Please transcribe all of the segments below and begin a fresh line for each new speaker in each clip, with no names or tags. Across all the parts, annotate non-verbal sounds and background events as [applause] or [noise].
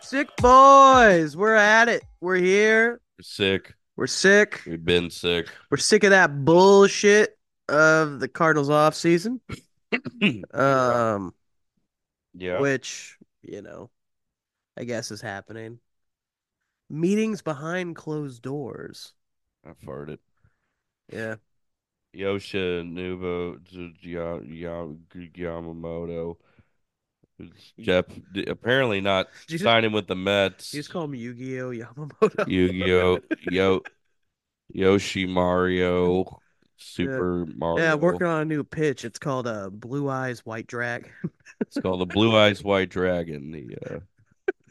Sick boys, we're at it. We're here.
We're sick.
We're sick.
We've been sick.
We're sick of that bullshit of the Cardinals off season. um,
Yeah.
which you know, I guess is happening. Meetings behind closed doors.
I farted.
Yeah,
Yosha Nubo Z- Ya- Ya- Yamamoto. Jeff d- apparently not
you just-
signing with the Mets.
you just [laughs] call him Yu-Gi-Oh Yamamoto.
Yu-Gi-Oh! Yo Yoshi Mario Super Mario.
yeah, working on a new pitch. It's called uh, Blue Eyes White Drag.
It's called the Blue Eyes White Dragon, the uh,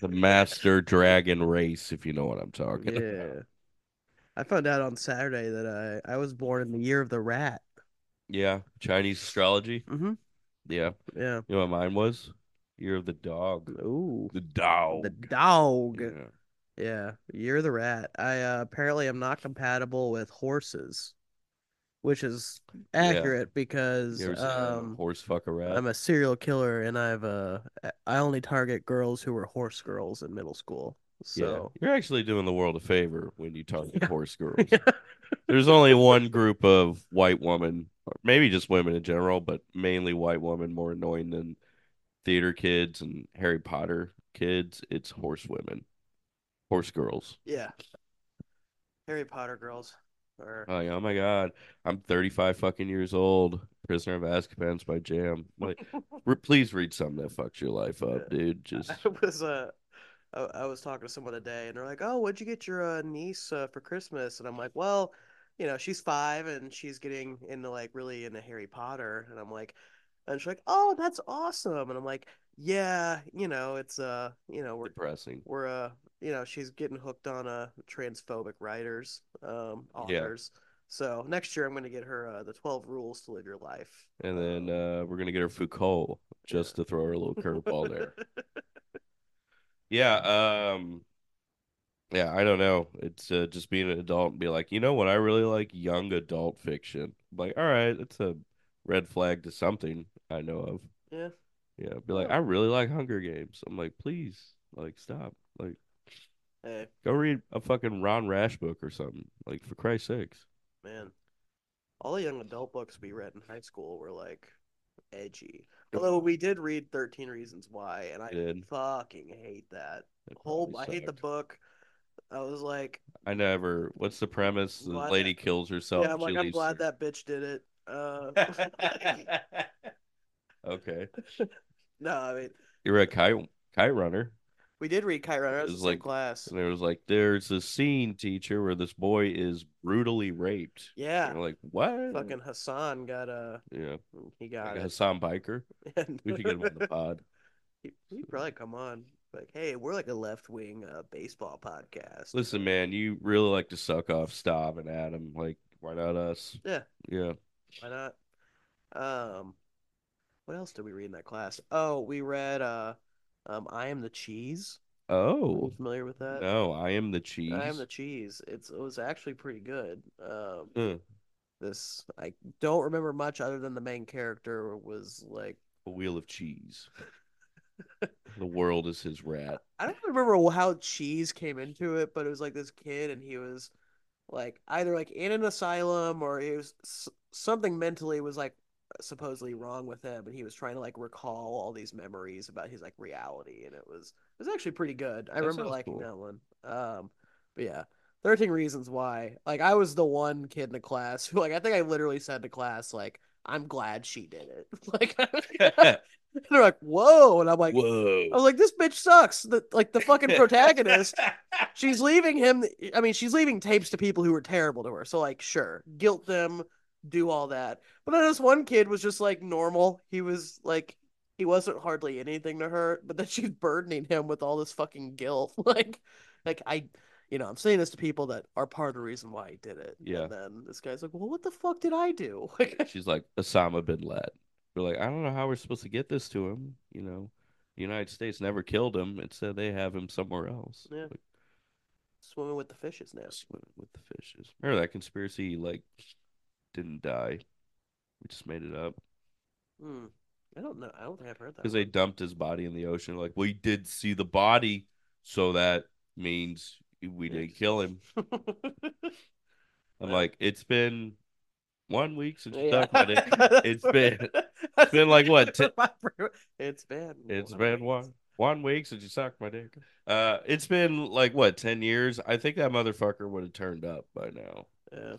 the Master Dragon Race, if you know what I'm talking about.
[laughs] yeah, I found out on Saturday that I I was born in the year of the rat.
Yeah, Chinese astrology.
Mm-hmm.
Yeah,
Yeah.
you know what mine was? Year of the Dog.
Ooh,
The dog.
the dog.
Yeah.
Yeah, you're the rat. I uh, apparently am not compatible with horses, which is accurate because
You ever seen a
um,
horse fuck a rat?
I'm a serial killer and I've uh, I only target girls who were horse girls in middle school.
Yeah.
So
You're actually doing the world a favor when you target
[laughs] Yeah.
horse girls. There's only one group of white women, or maybe just women in general, but mainly white women more annoying than theater kids and Harry Potter kids. It's horse women, horse girls.
yeah, Harry Potter girls are
Like, oh my God, I'm 35 fucking years old. Prisoner of Azkaban's by Jam. Like,
[laughs]
re- please read something that fucks your life up, dude. Just
I was uh, I, I was talking to someone today, and they're like, "Oh, what'd you get your uh, niece uh, for Christmas?" And I'm like, "Well, you know, she's five, and she's getting into like really into Harry Potter." And I'm like, and she's like, "Oh, that's awesome!" And I'm like, "Yeah, you know, it's uh, you know, we're
depressing.
we're uh, you know, she's getting hooked on uh transphobic writers, um,
Yeah.
authors." So next year I'm going to get her uh, the 12 rules to live your life.
And then
Um,
uh, we're gonna get her Foucault just to throw her
[laughs]
a little curveball there. Yeah, um yeah, I don't know. It's uh, just being an adult and be like, you know what? I really like young adult fiction. like, all right, that's a red flag to something I know of.
Yeah.
Yeah, be like, I really like Hunger Games. I'm like, please, like, stop. Like,
Hey,
go read a fucking Ron Rash book or something. Like, for Christ's sakes.
Man, all the young adult books we read in high school were like edgy. Although we did read Thirteen Reasons Why, and I
Did.
fucking hate that
It
whole. I
probably
hate the
sucked.
book. I was like,
I never. What's the premise? The
Glad that-
lady kills herself.
yeah, I'm
she
like, I'm
leaves
glad
her-
that bitch did it. Uh,
[laughs]
[laughs]
Okay.
no, I mean,
You were a kite kite runner.
we did read Kite Runner. It was
It's
the same
like-
class.
And it was like, there's a scene, teacher, where this boy is brutally raped. And
Yeah,
you're like, what?
fucking Hassan got a.
yeah.
He got
mm.
[laughs]
Like
it.
Hassan Biker. We should get him on the pod.
[laughs] He- He'd probably come on. Like, hey, we're like a left wing uh, baseball podcast.
Listen, man, you really like to suck off Stav and Adam. Like, why not us?
Yeah.
Yeah.
Why not? Um, what else did we read in that class? Oh, we read uh, um, I Am the Cheese. Are you
Oh.
familiar with that?
No, I am the cheese.
Uh, I Am the Cheese. It's it was actually pretty good. Um,
Huh.
this I don't remember much other than the main character was like
A wheel of cheese. the world is his rat.
I don't remember how cheese came into it, but it was like this kid and he was like either like in an asylum or it was s- something mentally was like supposedly wrong with him and he was trying to like recall all these memories about his like reality and it was it was actually pretty good. I
That
remember
sounds
liking
cool.
that one. Um but yeah. 13 reasons why. Like I was the one kid in the class who [laughs] like I think I literally said to class like I'm glad she did it. [laughs] Like they're [laughs] like, "Whoa." And I'm like,
[laughs] Whoa.
I was like, this bitch sucks. The, like the fucking
[laughs]
protagonist, she's leaving him. I mean, she's leaving tapes to people who were terrible to her. So like, sure, guilt them, do all that. But then this one kid was just like normal. He was like, he wasn't hardly anything to her. But then [laughs] she's burdening him with all this fucking guilt. [laughs] Like, like I, you know, I'm saying this to people that are part of the reason why he did it.
Yeah.
And then this guy's like, well, what the fuck did I do? [laughs] Like,
She's like Osama bin Laden. We're like, I don't know how we're supposed to get this to him. You know, the United States never killed him. Instead, they have him somewhere else.
Yeah.
Like,
swimming with the fishes now.
swimming with the fishes. Remember that conspiracy? Like, didn't die. We just made it up
Hmm. I don't know. I don't think I've heard that.
because they dumped his body in the ocean. Like, we did see the body. So that means we didn't kill him.
[laughs]
I'm like, it's been one week since you talked
[laughs]
about it. It's been-
it's
been like, what, ti-
[laughs] it's been
It's been
week.
one one week since you sucked my dick. Uh, it's been like what ten years. I think that motherfucker would have turned up by now.
Yeah.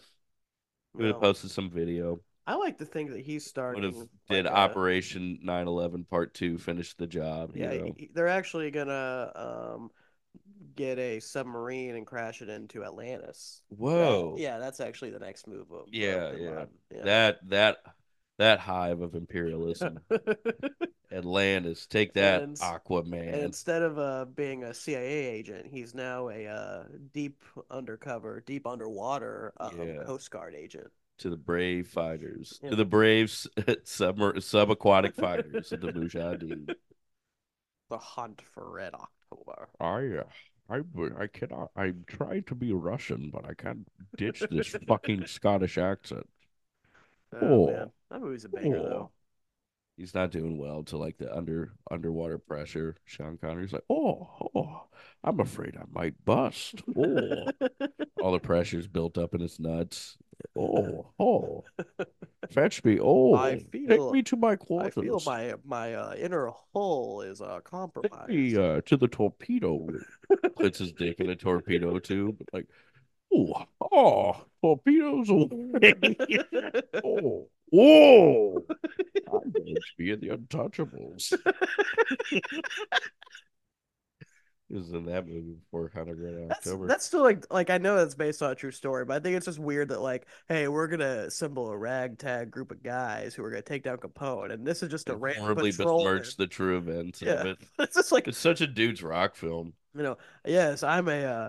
Would have
No.
posted some video.
I like to think that he's starting.
Would have
like uh,
did
a-
Operation 9/11 Part Two. Finish the job.
Yeah,
Yeah.
he- he- they're actually gonna um get a submarine and crash it into Atlantis. That-
Whoa.
yeah, that's actually the next move. Of, of
Oh. Yeah,
Bin
yeah.
Laden. yeah.
That that that hive
[laughs]
of imperialism. Atlantis. Take that,
And-
Aquaman.
And instead of uh, being a CIA agent, he's now a uh, deep undercover, deep underwater um,
Yeah.
Coast Guard agent.
to the brave fighters,
Yeah.
to the brave [laughs] s- submer- subaquatic fighters of the Mujahideen.
The hunt for Red October.
I, uh, I, w- I cannot. I'm trying to be Russian, but I can't ditch this [laughs] fucking Scottish accent.
Oh,
Oh.
man. That movie's a banger,
Oh.
though.
He's not doing well to like the under underwater pressure. Sean Connery's like, oh, oh, I'm afraid I might bust. Oh, [laughs] all the pressure's built up in his nuts. [laughs] Oh, oh, fetch me. Oh,
I
take
feel-
me to my
[laughs] I
quarters.
feel my my uh, inner hull is uh,
Take me
compromised.
uh, to the torpedo. room. Puts his dick in a torpedo tube. Like, oh, oh, [laughs] torpedoes away. oh, oh, I'm going to be in the
[laughs]
Untouchables. He was in that movie before Hunter
[laughs]
Red [laughs]
That's,
October.
that's still like like I know that's based on a true story, but I think it's just weird that like, hey, we're gonna assemble a ragtag group of guys who are gonna take down Capone, and this is just a
It
random
horribly
patrol.
besmirched the true events
Yeah.
of it.
[laughs] It's just like
It's such a dude's rock film.
you know, yes, I'm a, uh,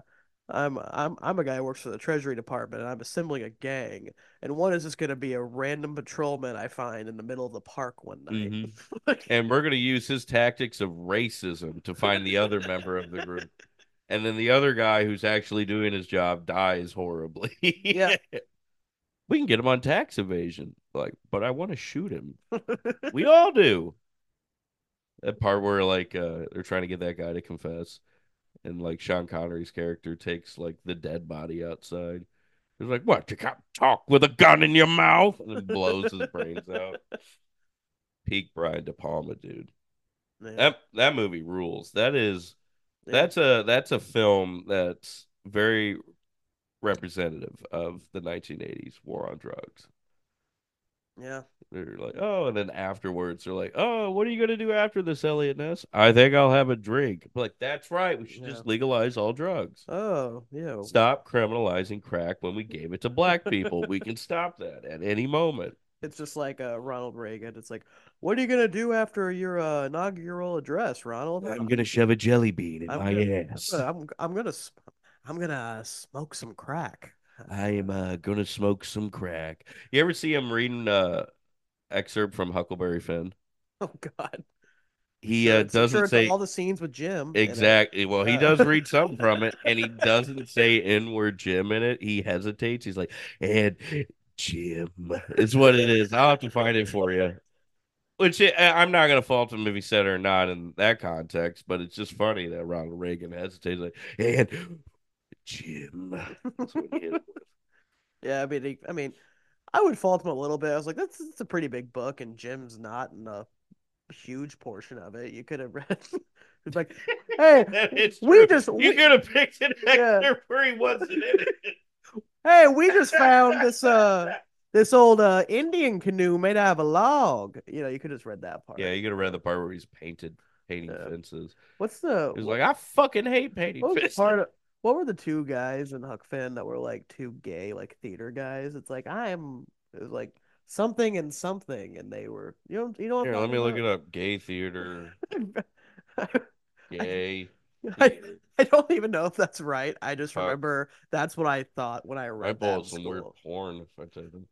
I'm, I'm, I'm a guy who works for the Treasury Department, and I'm assembling a gang, and one is just going to be a random patrolman I find in the middle of the park one night.
Mhm.
[laughs] Like,
And [laughs] we're going to use his tactics of racism to find the other member of
[laughs]
the group. And then the other guy who's actually doing his job dies horribly.
Yeah.
We can get him on tax evasion. Like, but I want to shoot him. we all do. That part where like uh they're trying to get that guy to confess and like Sean Connery's character takes like the dead body outside. He's like, What, you can't talk with a gun in your mouth? And then [laughs] blows his brains
[laughs]
out. Peak Brian De Palma, dude.
man,
That that movie rules. That is
yeah.
that's a that's a film that's very representative of the 1980s war on drugs.
yeah,
They're like, oh, and then afterwards they're like, oh, what are you gonna do after this, Elliot Ness? I think I'll have a drink. I'm like, that's right. We should just legalize all drugs.
oh, yeah,
Stop criminalizing crack when we gave it to black people. we can stop that at any moment.
it's just like uh, Ronald Reagan. It's like, what are you gonna do after your uh, inaugural address, Ronald? [laughs]
gonna shove a jelly bean in
I'm my gonna-
ass.
I'm, I'm gonna, sm- I'm gonna uh, smoke some crack. [laughs]
I am uh, gonna smoke some crack. You ever see him reading uh excerpt from Huckleberry Finn?
Oh God, [laughs]
He
Sure,
uh,
it's- sure,
doesn't
it's
say
all the scenes with Jim. [laughs] in it.
Exactly. Well, he
Yeah. [laughs]
does read something from it, and he doesn't say "inward Jim" in it. He hesitates. He's like, "And Jim is what it is." I'll have to find it for you. Which I- I'm not gonna fault him if he said it or not in that context, but it's just funny that Ronald Reagan hesitates, like, "And Jim." That's what he is. [laughs]
Yeah, I mean, he- I mean, I would fault him a little bit. I was like, that's it's a pretty big book, and Jim's not in a huge portion of it. You could have read. [laughs] It's like, hey,
It's
we
true.
just,
You
we,
could have picked an
[laughs] Yeah.
actor where he wasn't in it.
hey, we just found this uh this old uh Indian canoe made out of a log. You know, you could have just read that part.
Yeah, you could have read the part where he's painted painting
Yeah.
fences.
What's the
He was
what,
like, "I fucking hate painting
what was the
fences." [laughs]
part of, what were the two guys in Huck Finn that were like two gay like theater guys? It's like I'm it was like something and something, and they were you know you know what I'm
Here, let me look
talking
it up. Gay [laughs] theater,
about?
gay.
[laughs] I,
theater.
[laughs] I don't even know if that's right. I just
Huh.
remember that's what I thought when I
I
read that in
pulled some weird
school.
porn. If I take them.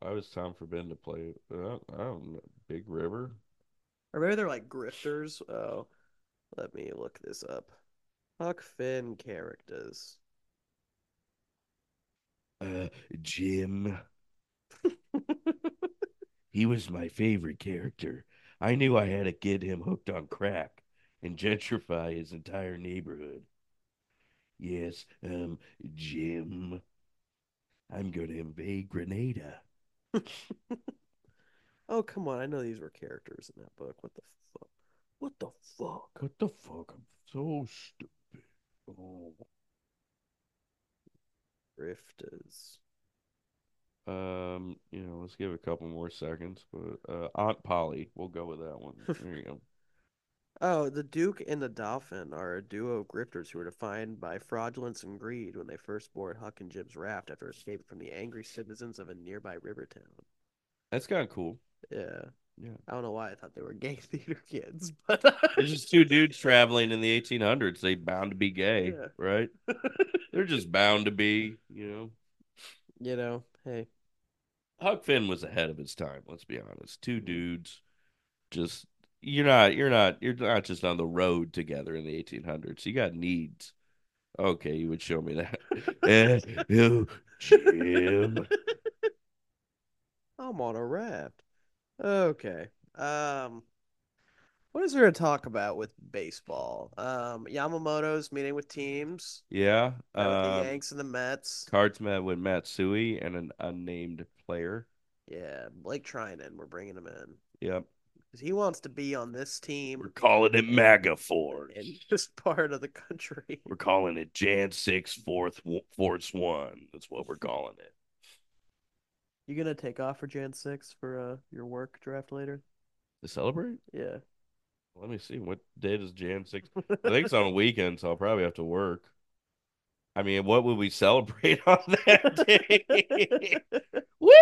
Why was Tom forbidden to play? I don't, I don't know. Big River.
Or maybe they're like grifters. Oh, let me look this up. Huck Finn characters. [laughs]
Uh, Jim. he was my favorite character. I knew I had to get him hooked on crack. and gentrify his entire neighborhood. Yes, um, Jim, I'm going to invade Grenada.
Oh come on! I know these were characters in that book. What the fuck? What the fuck?
What the fuck? I'm so stupid. Oh.
Grifters.
Um, you know, let's give it a couple more seconds, but uh, Aunt Polly, we'll go with [laughs] that one. There you go.
Oh, the Duke and the Dolphin are a duo of grifters who were defined by fraudulence and greed when they first board Huck and Jim's raft after escaping from the angry citizens of a nearby river town.
That's kind of cool.
Yeah.
Yeah.
I don't know why I thought they were gay [laughs] theater kids, but [laughs]
There's just two dudes traveling in the 1800s. They bound to be gay,
Yeah.
[laughs] right? They're just bound to be, you know.
you know, hey,
Huck Finn was ahead of his time. Let's be honest. Two dudes, just you're not, you're not, you're not just on the road together in the 1800s. You got needs. Okay, you would show me [laughs] that. Eh, ew, Jim.
[laughs] I'm on a raft. Okay. Um, what is there to talk about with baseball? Um, Yamamoto's meeting with teams,
Yeah.
met with the
um,
Yanks and the Mets.
Cards met with Matsui and an unnamed player.
Yeah, Blake Trinan, we're bringing him in
Yep.
'Cause he wants to be on this team
We're calling it MAGA Force. [laughs]
in this part of the country.
We're calling it Jan 6 Fourth Force One. That's what we're calling it.
You gonna take off for Jan 6 for uh, your work draft later?
To celebrate?
Yeah.
Let me see. What day does Jan 6? I think it's on a weekend, so I'll probably have to work. I mean, what would we celebrate [laughs] on that day? Woo!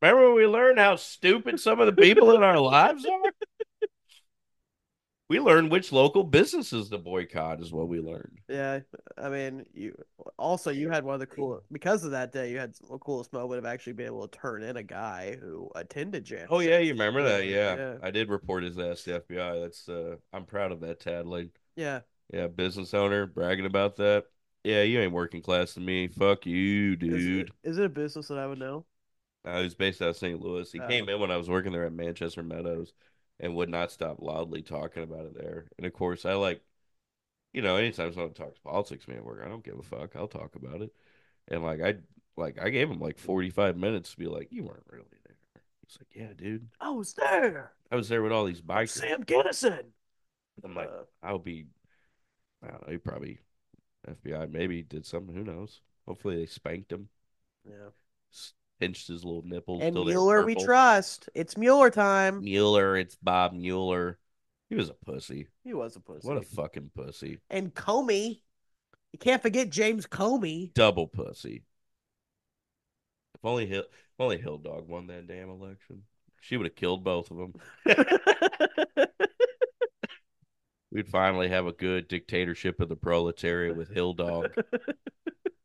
Remember when we learned how stupid some of the people in our lives are? We learned which local businesses to boycott is what we learned. [laughs]
Yeah, I mean, you also you had one of the cool because of that day. You had the coolest moment of actually being able to turn in a guy who attended Jan.
Oh yeah, you remember that?
Yeah,
Yeah,
yeah.
I did report his ass to FBI. That's uh, I'm proud of that, Tad. Like,
yeah,
yeah, business owner bragging about that. Yeah, you ain't working class to me. Fuck you,
is
dude.
it, is it a business that I would know?
Uh, he's based out of St. Louis. He
Oh.
came in when I was working there at Manchester Meadows and would not stop loudly talking about it there. And of course, I like, you know, anytime someone talks politics to me at work, I don't give a fuck. I'll talk about it. And like, I like, I gave him like 45 minutes to be like, you weren't really there. He's like, yeah, dude.
I was Oh, there.
I was there with all these bikers.
Sam Kennison.
I'm like,
Uh,
I'll be, I don't know, he probably, FBI maybe did something. Who knows? Hopefully they spanked him,
yeah.
s- pinched his little nipples.
And
till they were
Mueller, we
purple.
trust. It's Mueller time.
Mueller, it's Bob Mueller. He was a pussy.
He was a pussy.
What a fucking pussy.
and Comey. You can't forget James
[laughs]
Comey. [laughs]
Double pussy. If only Hill, if only Hill Dog won that damn election, she would have killed both of them. We'd finally have a good dictatorship of the proletariat with Hill Dog.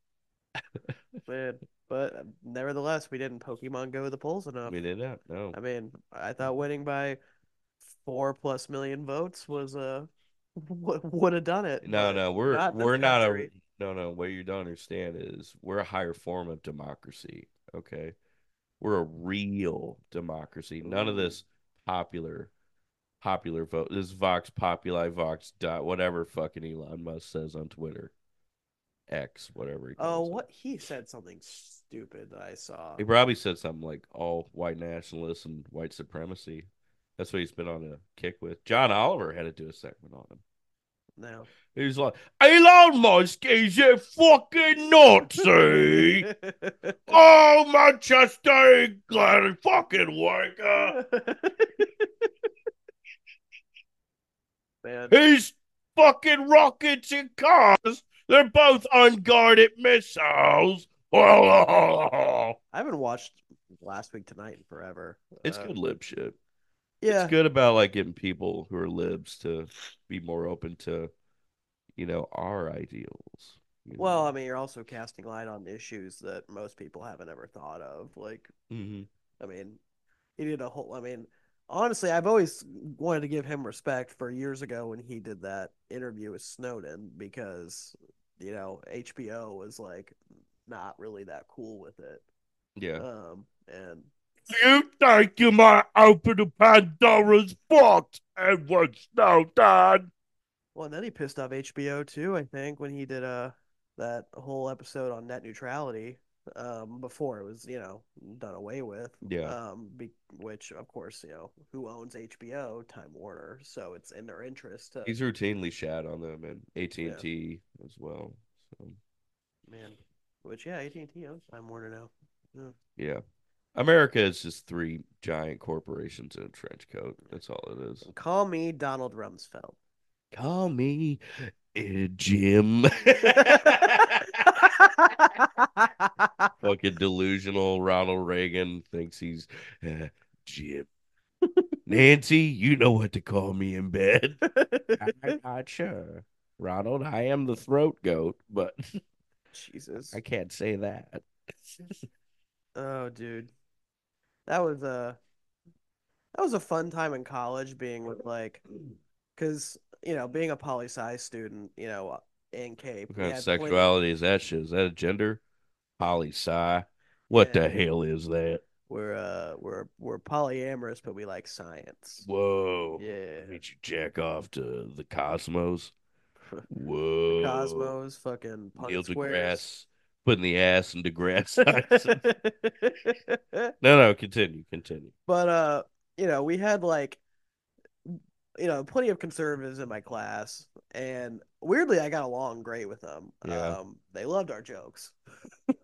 [laughs] Man, but um, nevertheless, we didn't Pokemon Go the polls enough.
we did that. No,
I mean, I thought winning by four plus million votes was uh w- [laughs] would have done it.
no,
but
no. We're
not this
we're not a
country.
no, no. What you don't understand is we're a higher form of democracy. Okay, we're a real democracy. None of
Ooh.
this popular popular vote. This is Vox Populi Vox dot whatever fucking Elon Musk says on Twitter, X whatever. He
Oh,
calls it.
what he said something stupid that I saw.
He probably said something like all white nationalists and white supremacy. That's what he's been on a kick with. John Oliver had to do a segment on him.
No.
He was like, Elon Musk is a
[laughs]
fucking Nazi. oh, Manchester, England, fucking wanker.
Man,
He's fucking rockets and cars. They're both unguarded missiles. [laughs]
I haven't watched last week tonight in forever.
It's
Uh,
good lib shit.
Yeah,
It's good about like getting people who are libs to be more open to, you know, our ideals. you
Well, I
know.
mean, you're also casting light on issues that most people haven't ever thought of. Like,
Mhm.
I mean, he did a whole. I mean, honestly, I've always wanted to give him respect for years ago when he did that interview with Snowden because, you know, HBO was like not really that cool with it.
yeah,
Um, and
You taking my open to Pandora's box and what's now done?
Well, and then he pissed off HBO too. I think when he did uh that whole episode on net neutrality um before it was you know done away with
Yeah.
um be- which of course you know who owns HBO Time Warner so it's in their interest to
He's routinely shat on them and AT&T as well. So,
man which yeah AT and T owns Time Warner now yeah.
yeah. America is just three giant corporations in a trench coat. That's all it is.
call me Donald
[laughs]
Rumsfeld [laughs]
Call me uh, [laughs] Jim. Fucking delusional Ronald Reagan thinks he's uh, [laughs] Jim. Nancy, you know what to call me in bed.
[laughs]
I'm not sure. Ronald, I am the throat goat, but
Jesus
I can't say that.
oh dude that was a that was a fun time in college being with like because you know being a poli sci student you know in Cape
What
we
kind of
had plenty-
sexuality is that shit? Is that a gender? Poli sci. What
Yeah.
the hell is that?
we're uh we're we're polyamorous but we like science
Whoa.
yeah
Did you jack off to the
[laughs]
cosmos? Whoa.
cosmos fucking punk
Neil
squares
deGrasse. Putting the ass
[laughs]
in [laughs] DeGrasse. Tyson. no, no, continue, continue.
but uh you know we had like you know plenty of conservatives in my class and weirdly i got along great with them
Yeah.
um they loved our jokes [laughs]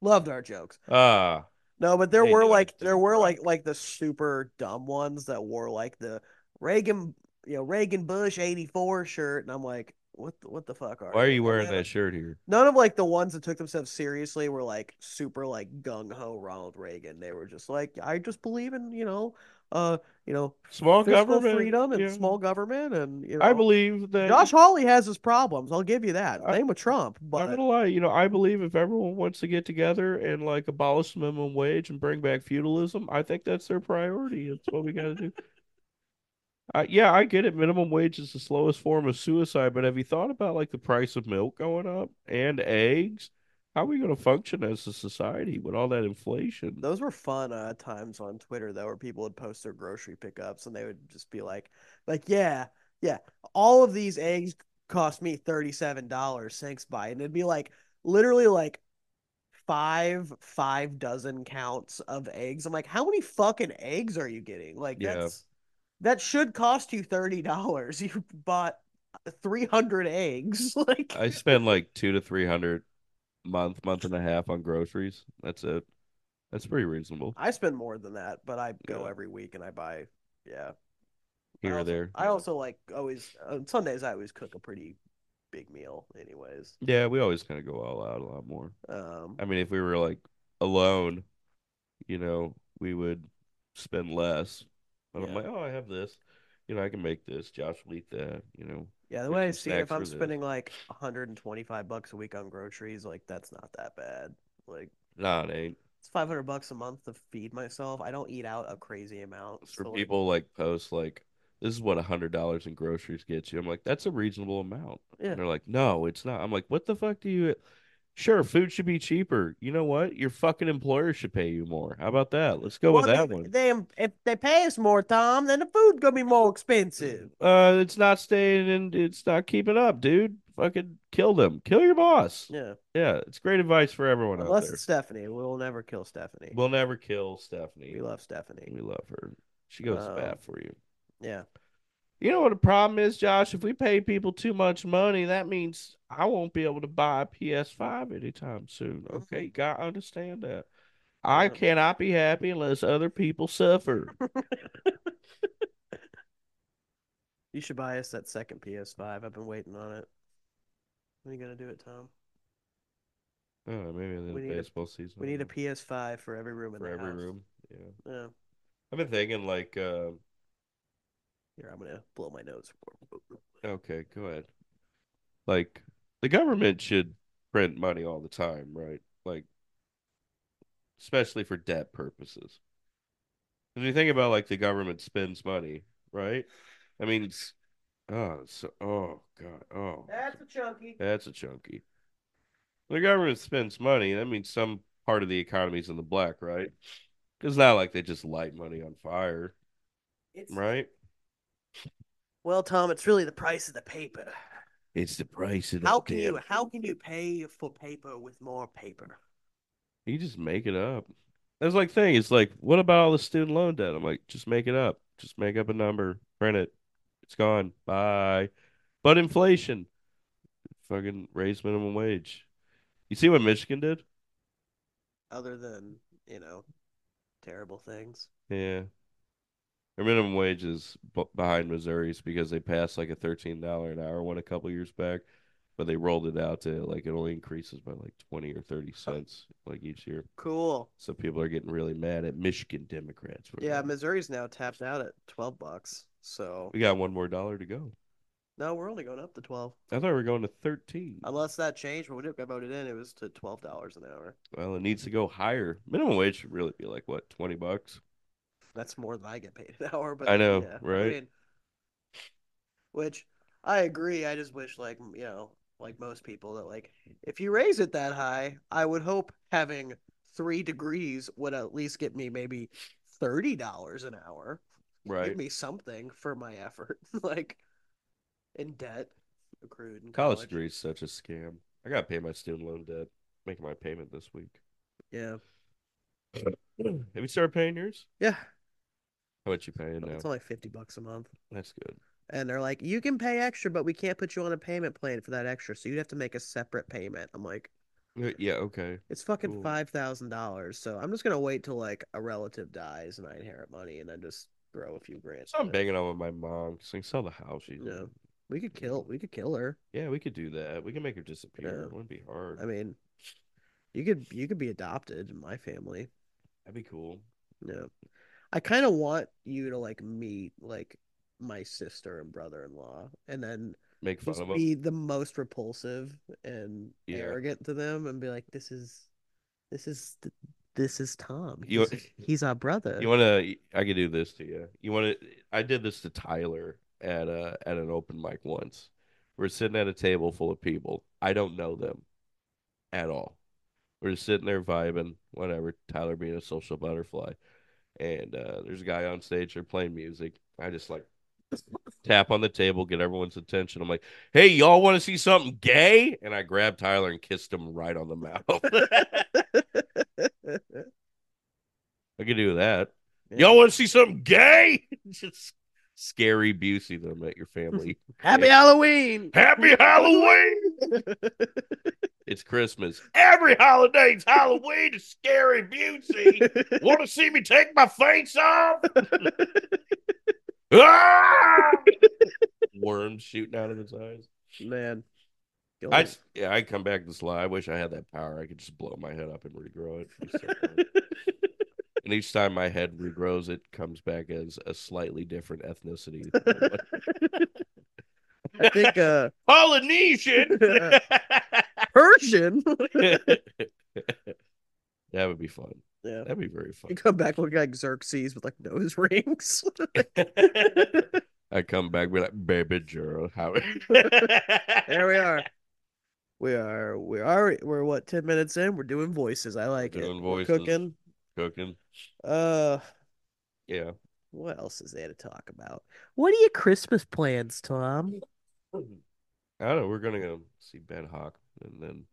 loved our jokes
Ah,
no but there
They
were
knew
like
it
there
didn't
were
work.
like like the super dumb ones that wore like the reagan you know reagan bush 84 shirt and i'm like what the, what the fuck are
why are you
Like,
wearing
none of-
that shirt here?
None of like the ones that took themselves seriously were like super like gung ho Ronald Reagan. They were just like, I just believe in you know, uh, you know,
Small
fiscal
government.
freedom and
yeah.
small government, and you know,
I believe that
Josh Hawley has his problems. I'll give you that.
I-
Same with Trump,
I'm
but
not gonna lie, you know, I believe if everyone wants to get together and like abolish the minimum wage and bring back feudalism, I think that's their priority. It's what we gotta do. Uh, yeah, I get it. Minimum wage is the slowest form of suicide, but have you thought about like the price of milk going up and eggs? How are we gonna function as a society with all that inflation?
those were fun uh, times on Twitter though, where people would post their grocery pickups and they would just be like, like yeah, yeah, all of these eggs cost me thirty seven dollars. Thanks, Biden. It'd be like literally like five five dozen counts of eggs. I'm like, how many fucking eggs are you getting? Like
Yeah.
that's that should cost you thirty dollars. [laughs] You bought three hundred eggs. [laughs] Like
I spend like two to three hundred month, month and a half on groceries. That's it. That's pretty reasonable
I spend more than that, but I go
Yeah.
every week and I buy yeah. I
here or
also-
there.
I also like always on Sundays I always cook a pretty big meal anyways.
Yeah, we always kind of go all out a lot more.
Um
I mean, if we were like alone, you know, we would spend less. But I'm
Yeah.
like, oh, I have this. You know, I can make this. Josh will eat that. You know,
yeah, the
get
way I
some
see it, if
snacks for
I'm
this.
spending like 125 bucks a week on groceries, like that's not that bad. Like
nah, it ain't.
it's 500 bucks a month to feed myself. I don't eat out a crazy amount.
For
so, like,
people like post like, this is what a hundred dollars in groceries gets you. I'm like, that's a reasonable amount.
Yeah.
And they're like, no, it's not. I'm like, what the fuck do you? Sure, food should be cheaper. You know what? Your fucking employer should pay you more. How about that? Let's go with
Well,
that
they-
one.
They, if they pay us more, Tom, then the food gonna be more expensive.
Uh, it's not staying and it's not keeping up, dude. Fucking kill them. Kill your boss.
Yeah,
Yeah, it's great advice for everyone out
unless
there.
it's Stephanie, we'll never kill Stephanie.
We'll never kill Stephanie.
we love Stephanie.
We love her. She goes to
Um,
bat for you.
Yeah,
You know what the problem is, Josh? If we pay people too much money, that means I won't be able to buy a PS5 anytime soon.
Mm-hmm.
Okay, you gotta understand that. I
Yeah.
cannot be happy unless other people suffer.
[laughs] you should buy us that second PS5. I've been waiting on it. When are you gonna do it, Tom?
Oh, maybe in the
We need a-
baseball season.
We
I
need a
don't know.
PS5 for every room in
Mm-hmm. for
the
every
house.
room. Yeah.
Yeah.
I've been thinking like uh
Here, I'm gonna blow my nose.
Okay, go ahead. Like the government should print money all the time, right? Like especially for debt purposes. If you think about like the government spends money, right? I mean, it's, oh, so oh god, oh,
a chunky.
that's a chunky. The government spends money. That means some part of the economy's in the black, right? It's not like they just light money on fire,
It's,
right?
Well, Tom, it's really the price of the paper.
It's the price of the
How can you
damn-
how can you pay for paper with more paper?
You just make it up. That's like thing. It's like, what about all the student loan debt? I'm like, just make it up. Just make up a number, print it. It's gone. Bye. But inflation, fucking raise minimum wage. You see what Michigan did?
Other than you know, terrible things.
Yeah. Their minimum wage is b behind Missouri's because they passed like a $13 an hour one a couple years back, but they rolled it out to like it only increases by like 20 or 30 cents like each year.
Cool.
So people are getting really mad at Michigan Democrats. for
Yeah,
that.
Missouri's now tapped out at twelve bucks. So
We got one more dollar to go.
no, we're only going up to twelve.
I thought we were going to 13.
Unless that changed when we got voted in, it was to twelve dollars an hour.
Well, it needs to go higher. Minimum wage should really be like what, 20 bucks?
That's more than I get paid [laughs] an hour. But
I know,
yeah,
right?
which I agree. I just wish, like you know, like most people, that like if you raise it that high, I would hope having three degrees would at least get me maybe thirty dollars an hour. Give
Right.
me something for my effort, [laughs] like in debt accrued in
College
college.
degrees such a scam. I got to pay my student loan debt. Making my payment this week.
Yeah,
Have you started paying yours?
yeah.
How much you paying now?
It's only fifty bucks a month.
That's good.
And they're like, you can pay extra, but we can't put you on a payment plan for that extra. So you'd have to make a separate payment. I'm like,
Uh, Yeah, okay.
it's fucking
Ooh.
five thousand dollars. So I'm just gonna wait till like a relative dies and I inherit money and then just throw a few grand.
So I'm banging on with my mom. She's like, sell the house. She's
Yeah.
like,
We could kill we could kill her.
yeah, we could do that. We can make her disappear.
Yeah.
It wouldn't be hard.
I mean you could you could be adopted in my family.
That'd be cool.
Yeah. I kinda want you to like meet like my sister and brother in law and then
Make fun
just
of them.
be the most repulsive and
Yeah.
arrogant to them and be like this is this is th- this is tom
You-
he's, he's our brother [laughs]
You want to? I could do this to you. You want to? I did this to Tyler at a at an open mic once. We're sitting at a table full of people. I don't know them at all. We're just sitting there vibing, whatever. Tyler being a social butterfly, and uh, there's a guy on stage. They're playing music. I just like tap on the table, get everyone's attention. I'm like, "Hey, y'all want to see something gay?" And I grabbed Tyler and kissed him right on the mouth. [laughs] I could do that.
Yeah.
Y'all want to see something gay? [laughs] Just scary Busey them at your family.
happy halloween
[laughs] Happy Halloween! [laughs] It's Christmas. Every holiday's Halloween to scary [laughs] Busey. want to see me take my face [laughs] off? ah! Worms shooting out of his eyes.
[laughs] man Kill
I
him.
yeah, I come back to this lie. I wish I had that power. I could just blow my head up and regrow it. It'd be so fun.
[laughs]
and each time my head regrows, it comes back as a slightly
[laughs]
different ethnicity. [laughs]
I think uh
Polynesian. [laughs]
persian
that would be fun.
yeah
That'd be
[laughs]
very
you
fun.
come back looking like xerxes with like nose [laughs] rings
I come back be like, baby girl,
[laughs]
how?
there we are we are we are we're what 10 minutes in we're doing voices i like it
Doing
We're
voices.
cooking
[laughs] Cooking.
uh
Yeah.
What else is there to talk about? What are your Christmas plans, Tom?
I don't know. We're gonna go see Ben Hawk, and then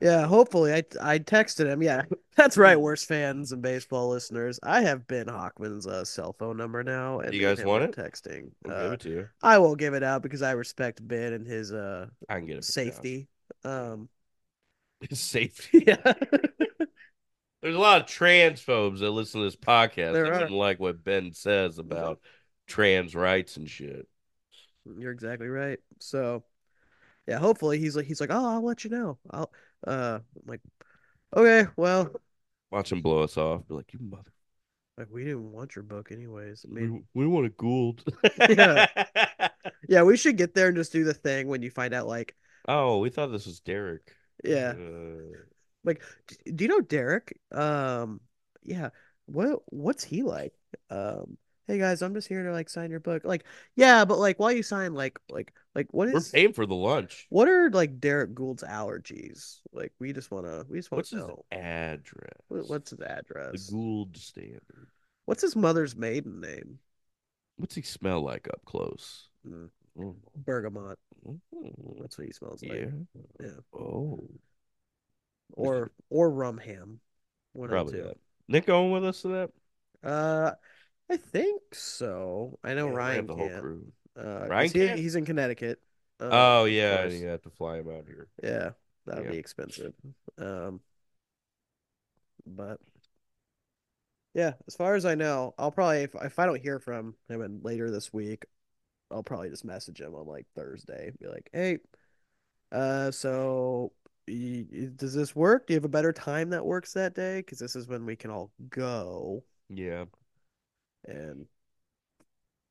Yeah, hopefully I I texted him. Yeah, [laughs] that's
Hmm.
right, worst fans and baseball listeners. I have Ben Hockman's uh, cell phone number now, and
You
me and
guys
him
want
are
it?
texting.
we'll
Uh,
give it to you.
I won't give it out because I respect Ben and his uh
I can get it. figured out.
safety.
[laughs]
Um,
Safety.
[laughs] yeah,
There's a lot of transphobes that listen to this podcast.
There
They
are.
wouldn't like what Ben says about trans rights and shit.
you're exactly right. So, yeah, hopefully he's like he's like, oh, I'll let you know. I'll uh, I'm like, okay, well,
Watch him blow us off. Be like, you mother.
like we didn't want your book anyways. I
We,
mean.
we want a Gould.
Yeah. Yeah, we should get there and just do the thing when you find out, like,
[laughs] Oh, we thought this was Derek.
yeah,
Uh,
like, d- do you know Derek? Um, yeah, what what's he like? Um, hey guys, I'm just here to like sign your book. Like, yeah, but like while you sign, like, like, like, what
We're
is?
paying for the lunch.
What are like Derek Gould's allergies? Like, we just wanna, we just wanna
What's his
know.
address?
What- What's his
the
address?
Gould standard?
What's his mother's maiden name?
What's he smell like up close?
Mm.
Mm.
Bergamot.
Mm.
That's what he smells like.
Yeah.
Yeah.
Oh.
Or or rum ham. One of the
Probably
two.
not. Nick going with us to that?
Uh, I think so. I know
Yeah, we
Ryan
have the whole
can't.
crew.
Uh, 'cause
Ryan
he-
can't?
he's in Connecticut. Uh,
[laughs] Oh
of
yeah,
course.
you have to fly him out here.
Yeah, that'll
Yeah.
be expensive. Um, but yeah, as far as I know, I'll probably if, if I don't hear from him in later this week, I'll probably just message him on like Thursday, and be like, "Hey, uh, so y y- does this work? Do you have a better time that works that day? Because this is when we can all go."
Yeah.
And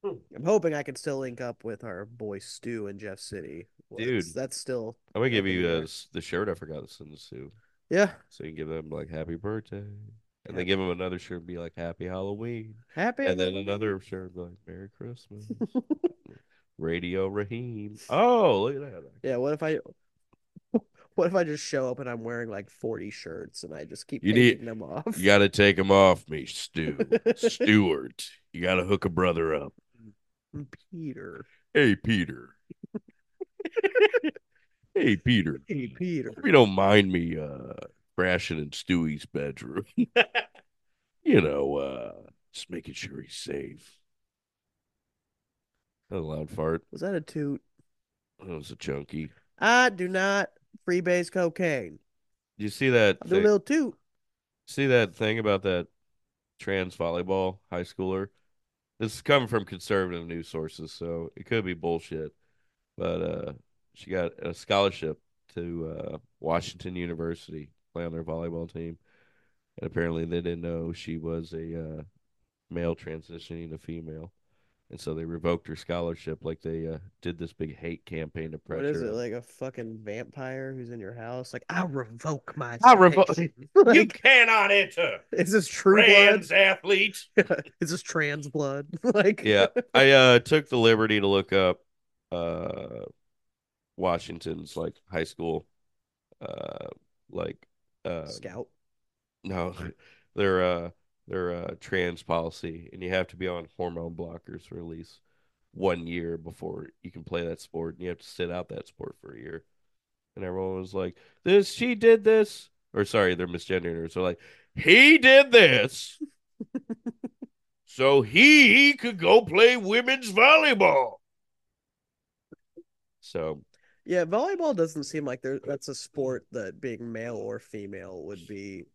Hmm.
I'm hoping I can still link up with our boy Stu in Jeff City. Well,
Dude.
that's, that's still
I'm gonna give
Open
you
air.
uh, s- the shirt I forgot to send this to,
yeah.
so you can give them like happy birthday, and then
Happy-
give them another shirt and be like happy Halloween,
Happy
and then another shirt and be like Merry Christmas. [laughs] Radio Raheem. Oh, look at that.
Yeah, what if I [laughs] what if I just show up and I'm wearing like 40 shirts and I just keep
You need-
taking them off?
You gotta take him off me, [laughs] Stu. Stewart. You gotta hook a brother up.
[laughs] Peter.
Hey, [laughs] Peter. hey, Peter.
Hey, Peter.
Hope you don't mind me uh crashing in Stewie's bedroom. [laughs] you know, uh just making sure he's safe. That was a loud fart.
Was that a toot?
That was a chunky.
I do not freebase cocaine.
You see that
I do a
thing,
little toot.
see that thing about that trans volleyball high schooler? This is coming from conservative news sources, so it could be bullshit. But uh she got a scholarship to uh Washington University to play on their volleyball team. And apparently they didn't know she was a uh male transitioning to female. And so they revoked her scholarship like they uh, did this big hate campaign to pressure.
What is
her.
it like a fucking vampire who's in your house? Like I revoke my.
I revoke- [laughs]
citation."
you
like,
cannot enter
is this true blood?
trans athlete.
[laughs] is this trans blood? [laughs] like
Yeah, I uh took the liberty to look up uh Washington's like high school uh like uh
scout.
no [laughs] their uh their uh trans policy and you have to be on hormone blockers for at least one year before you can play that sport and you have to sit out that sport for a year. And everyone was like, This she did this or sorry, they're misgendering so like he did this so he could go play women's volleyball. So
Yeah, volleyball doesn't seem like there that's
Mm.
a sport that being male or female would be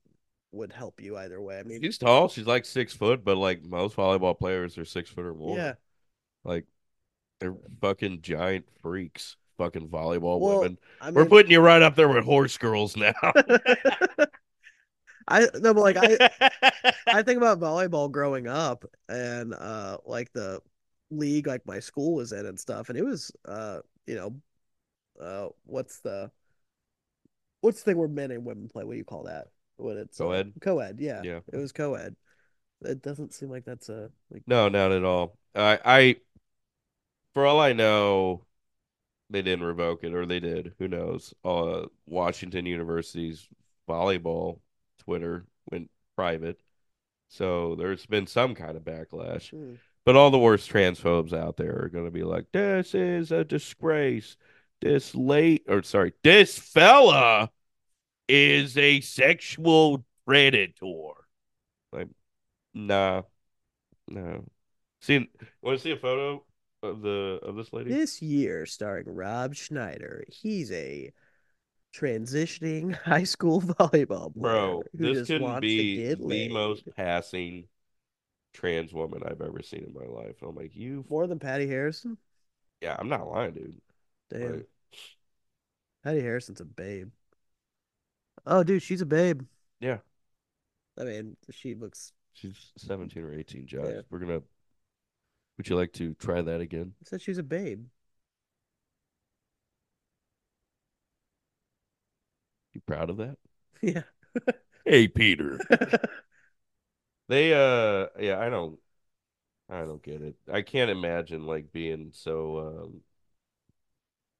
would help you either way. I mean,
she's tall. She's like six foot, but like most volleyball players are six foot or more.
yeah.
Like they're fucking giant freaks. Fucking volleyball
Well,
women.
I
We're
mean,
putting you right up there with horse girls now.
[laughs] I no, but like
[laughs]
I I think about volleyball growing up and uh like the league like my school was in and stuff and it was uh you know uh what's the what's the thing where men and women play? What do you call that? When it's uh,
Coed?
co-ed, yeah.
Yeah.
It was co-ed. It doesn't seem like that's a like
No, not at all. I, I, for all I know, they didn't revoke it, or they did. Who knows? Uh, Washington University's volleyball Twitter went private, so there's been some kind of backlash.
hmm.
But all the worst transphobes out there are going to be like, "This is a disgrace. This late, or sorry, this fella is a sexual predator." Like, nah, no. See, want to see a photo of the of this lady?
This year, starring Rob Schneider, he's a transitioning [laughs] high school volleyball player
Bro,
who
this
just
couldn't
wants to
be
get
the
laid.
most passing trans woman I've ever seen in my life. I'm like, you,
more than Patty Harrison.
yeah, I'm not lying, dude.
Damn,
Like,
Patty Harrison's a babe. Oh, dude, she's a babe.
Yeah.
I mean, she looks.
She's 17 or 18, Josh.
Yeah.
We're gonna. Would you like to try that again?
I said she's a babe. [laughs]
You proud of that? [laughs]
Yeah.
Hey, Peter. They, uh, yeah, I don't I don't get it. I can't imagine like being so um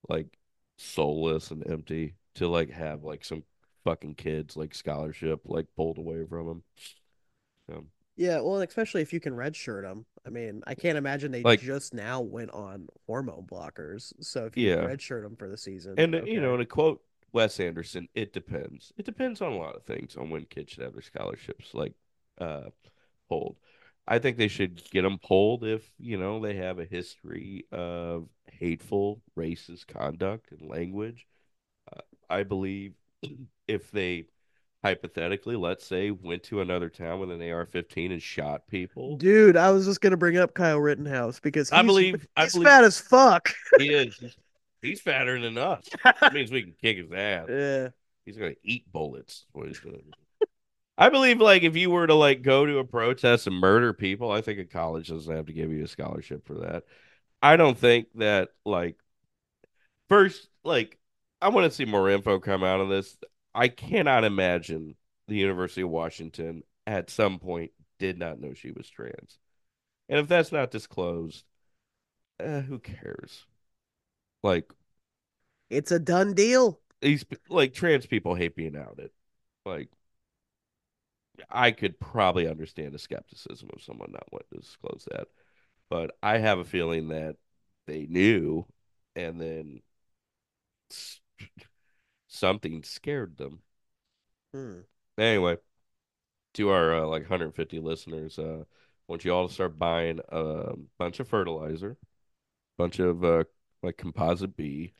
like soulless and empty to like have like some fucking kids like scholarship like pulled away from them. So,
Yeah, well, and especially if you can redshirt them. I mean, I can't imagine they
Like-
just now went on hormone blockers. So if you can
Yeah.
redshirt them for the season,
and uh,
okay.
you know, to quote Wes Anderson, it depends. It depends on a lot of things on when kids should have their scholarships like uh pulled. I think they should get them pulled if you know they have a history of hateful, racist conduct and language. Uh, I believe [clears throat] if they hypothetically, let's say, went to another town with an AR-15 and shot people,
dude, I was just gonna bring up Kyle Rittenhouse because
I
he's-
believe I
he's
believe
fat as
[laughs]
fuck. [laughs]
he is. He's- He's fatter than us. That means we can kick his ass.
yeah,
He's gonna eat bullets. What he's gonna do. I believe, like, if you were to like go to a protest and murder people, I think a college doesn't have to give you a scholarship for that. I don't think that like first, like, I want to see more info come out of this. I cannot imagine the University of Washington at some point did not know she was trans, and if that's not disclosed, eh, who cares? Like,
it's a done deal.
these like trans people hate being outed. Like, I could probably understand the skepticism of someone not wanting to disclose that, but I have a feeling that they knew, and then s- something scared them.
Hmm.
Anyway, to our uh, like 150 listeners, uh, want you all to start buying a bunch of fertilizer, bunch of uh, like composite B.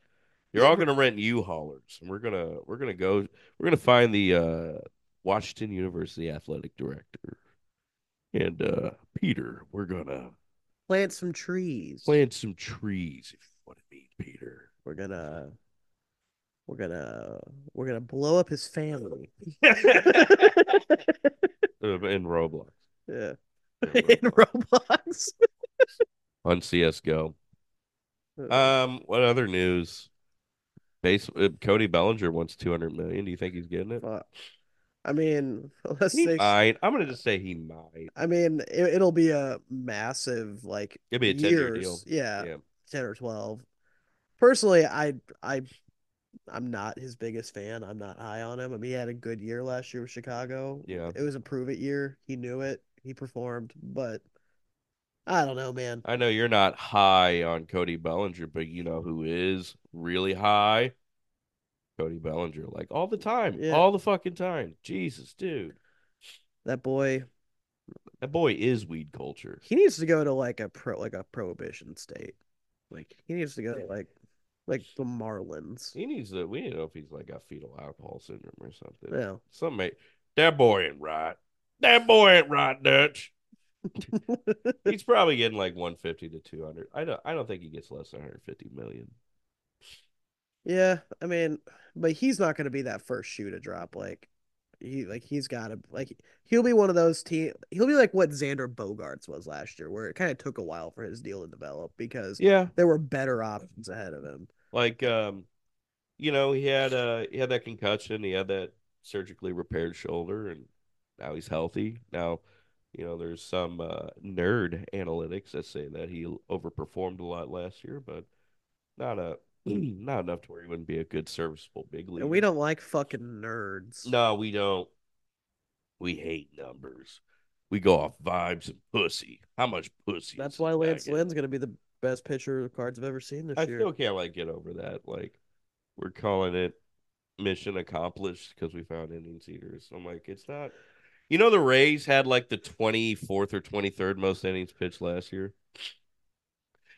You're
Yeah,
all
we're-
gonna rent U-Haulers, and we're gonna we're gonna go we're gonna find the uh, Washington University athletic director and uh, Peter. We're gonna
Plant some trees.
plant some trees if you want to meet Peter.
We're gonna, we're gonna, we're gonna blow up his
[laughs]
family.
Uh, in Roblox,
Yeah,
In
in
Roblox.
[laughs] Roblox.
on CS:GO. Um, what other news? Base uh, Cody Bellinger wants 200 million. Do you think he's getting it?
Fuck. I mean, [laughs] let's
He Uh,
say.
might. I'm gonna just say he might.
I mean, it, it'll be a massive like
It'd be a 10-year deal.
years. Yeah,
Yeah.
ten or twelve. Personally, I I I'm not his biggest fan. I'm not high on him. I mean, he had a good year last year with Chicago.
Yeah.
It was a prove it year. He knew it. He performed, but I don't know, man.
I know you're not high on Cody Bellinger, but you know who is really high? Cody Bellinger, like all the time,
Yeah.
all the fucking time. Jesus, dude,
That boy,
that boy is weed culture.
he needs to go to like a pro like a prohibition state. Like he needs to go to like like the Marlins.
He needs to. We don't know if he's like got fetal alcohol syndrome or something.
Yeah.
Some may, that boy ain't right. That boy ain't right, Dutch.
[laughs]
He's probably getting like 150 to 200. I don't I don't think he gets less than 150 million.
Yeah, I mean, but he's not going to be that first shoe to drop. Like, he like he's got to like he'll be one of those team. He'll be like what Xander Bogarts was last year, where it kind of took a while for his deal to develop because
Yeah.
there were better options ahead of him.
Like um you know, he had uh he had that concussion, he had that surgically repaired shoulder and now he's healthy. Now, you know, there's some uh nerd analytics that say that he overperformed a lot last year, but not a [clears throat] not enough to where he wouldn't be a good serviceable big league.
And we don't like fucking nerds.
No, we don't. We hate numbers. We go off vibes and pussy. How much pussy?
That's
is
why
this guy
Lance
getting?
Lynn's going to be the best pitcher the cards have ever seen this
I
year.
still can't like get over that. Like we're calling it mission accomplished because we found innings eaters. I'm like, it's not. You know, the Rays had like the 24th or 23rd most innings pitched last year.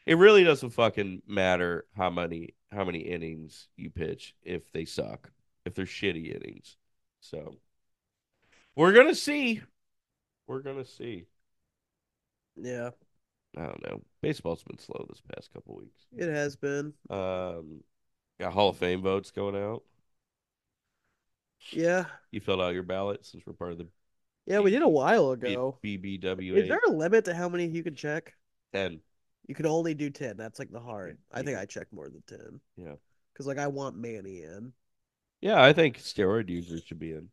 It really doesn't fucking matter how many how many innings you pitch if they suck, if they're shitty innings. So we're gonna see. We're gonna see.
Yeah,
I don't know. Baseball's been slow this past couple weeks.
it has been.
Um, got Hall of Fame votes going out.
Yeah,
You filled out your ballot since we're part of the
yeah, we did a while
B-
ago.
BBWA.
Is there a limit to how many you can check?
Ten.
You can only do ten. That's like the hard. I think
Yeah.
I checked more than ten.
Yeah.
Cause like I want Manny in.
Yeah, I think steroid users should be in.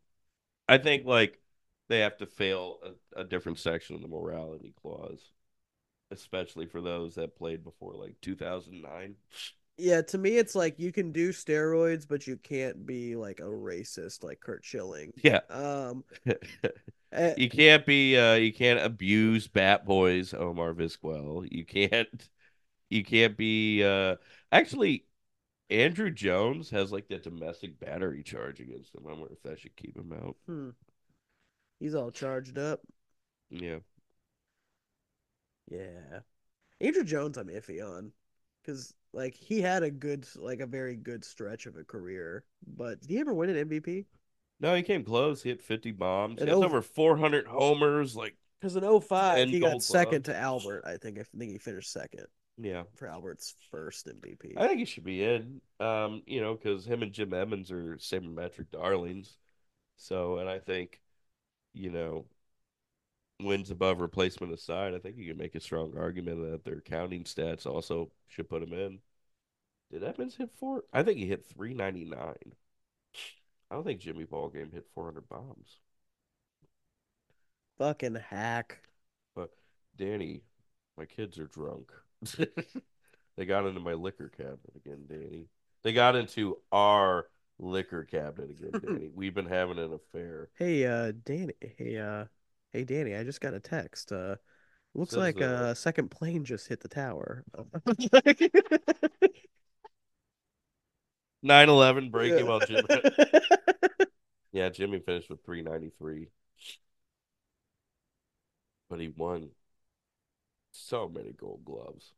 I think like they have to fail a, a different section of the morality clause. especially for those that played before like 2009.
Yeah, to me, it's like you can do steroids, but you can't be like a racist like Kurt Schilling.
[laughs] Yeah.
Um, eh,
you can't be uh you can't abuse Bat Boys Omar Vizquel. You can't you can't be uh actually Andrew Jones has like that domestic battery charge against him. I wonder if that should keep him out.
hmm. He's all charged up.
Yeah.
Yeah. Andrew Jones, I'm iffy on because like he had a good, like a very good stretch of a career, but did he ever win an MVP?
No, he came close. He hit 50 bombs. He
And
has
over-
over 400 homers. Like,
Because in 05,
And
he
Gold
got
Glove.
second to Albert. I think I think he finished second
yeah,
for Albert's first MVP.
I think he should be in. Um, you know, because him and Jim Evans are sabermetric darlings. So, and I think, you know, wins above replacement aside, I think you can make a strong argument that their counting stats also should put him in. Did Evans hit four? I think he hit 399. I don't think Jimmy Ballgame hit 400 bombs.
Fucking hack.
Danny, my kids are drunk. [laughs] they got into my liquor cabinet again, Danny. They got into our liquor cabinet again, Danny. We've been having an affair.
Hey, uh, Danny. Hey, uh, hey, Danny. I just got a text. Uh, looks
Says,
like
uh,
a uh, second plane just hit the tower. [laughs]
9-11 breaking while Jimmy.
[laughs]
yeah, Jimmy finished with 393. But he won so many gold gloves.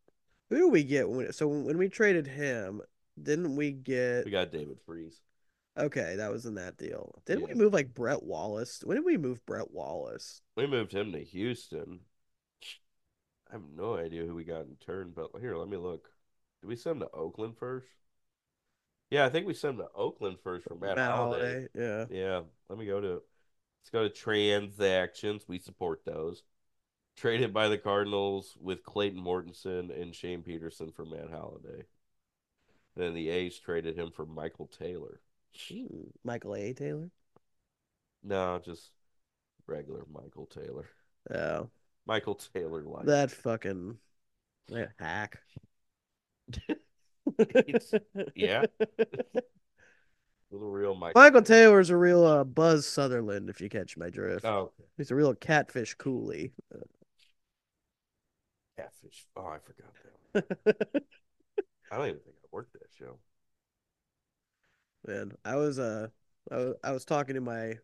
Who do we get when? So when we traded him, didn't we get?
We got David Freeze.
Okay, that was in that deal. Didn't we
Yeah.
move like Brett Wallace? When did we move Brett Wallace?
We moved him to Houston. I have no idea who we got in turn, but here, let me look. Did we send him to Oakland first? Yeah, I think we sent him to Oakland first for Matt,
Holliday,
Holliday.
Yeah.
Yeah, let me go to let's go to transactions. We support those. Traded by the Cardinals with Clayton Mortensen and Shane Peterson for Matt Holliday. Then the A's traded him for Michael Taylor.
Hmm, Michael A. Taylor.
No, just regular Michael Taylor.
Oh,
Michael Taylor like
that fucking that hack.
[laughs] yeah. Little real Michael.
Michael Taylor's a real uh, Buzz Sutherland, if you catch my drift.
Oh,
He's a real catfish coolie. [laughs]
catfish. Oh, I forgot that. I don't even think I worked that show.
Man, I was uh, I was, I was talking to my,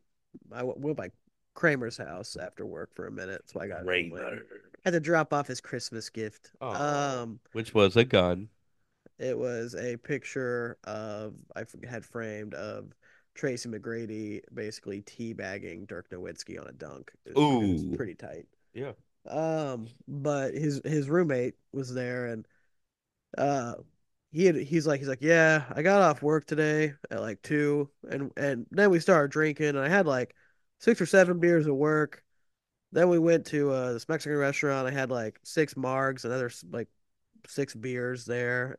I went went by Kramer's house after work for a minute, so I got home late. had to drop off his Christmas gift.
Aw.
Um,
Which was a gun.
it was a picture of I f- had framed of Tracy McGrady basically teabagging Dirk Nowitzki on a dunk. It was- it was
Ooh.
pretty tight.
Yeah.
Um, but his his roommate was there, and uh, he had he's like he's like yeah, I got off work today at like two, and and then we started drinking, and I had like six or seven beers at work. Then we went to uh, this Mexican restaurant. I had like six margs, another s- like six beers there.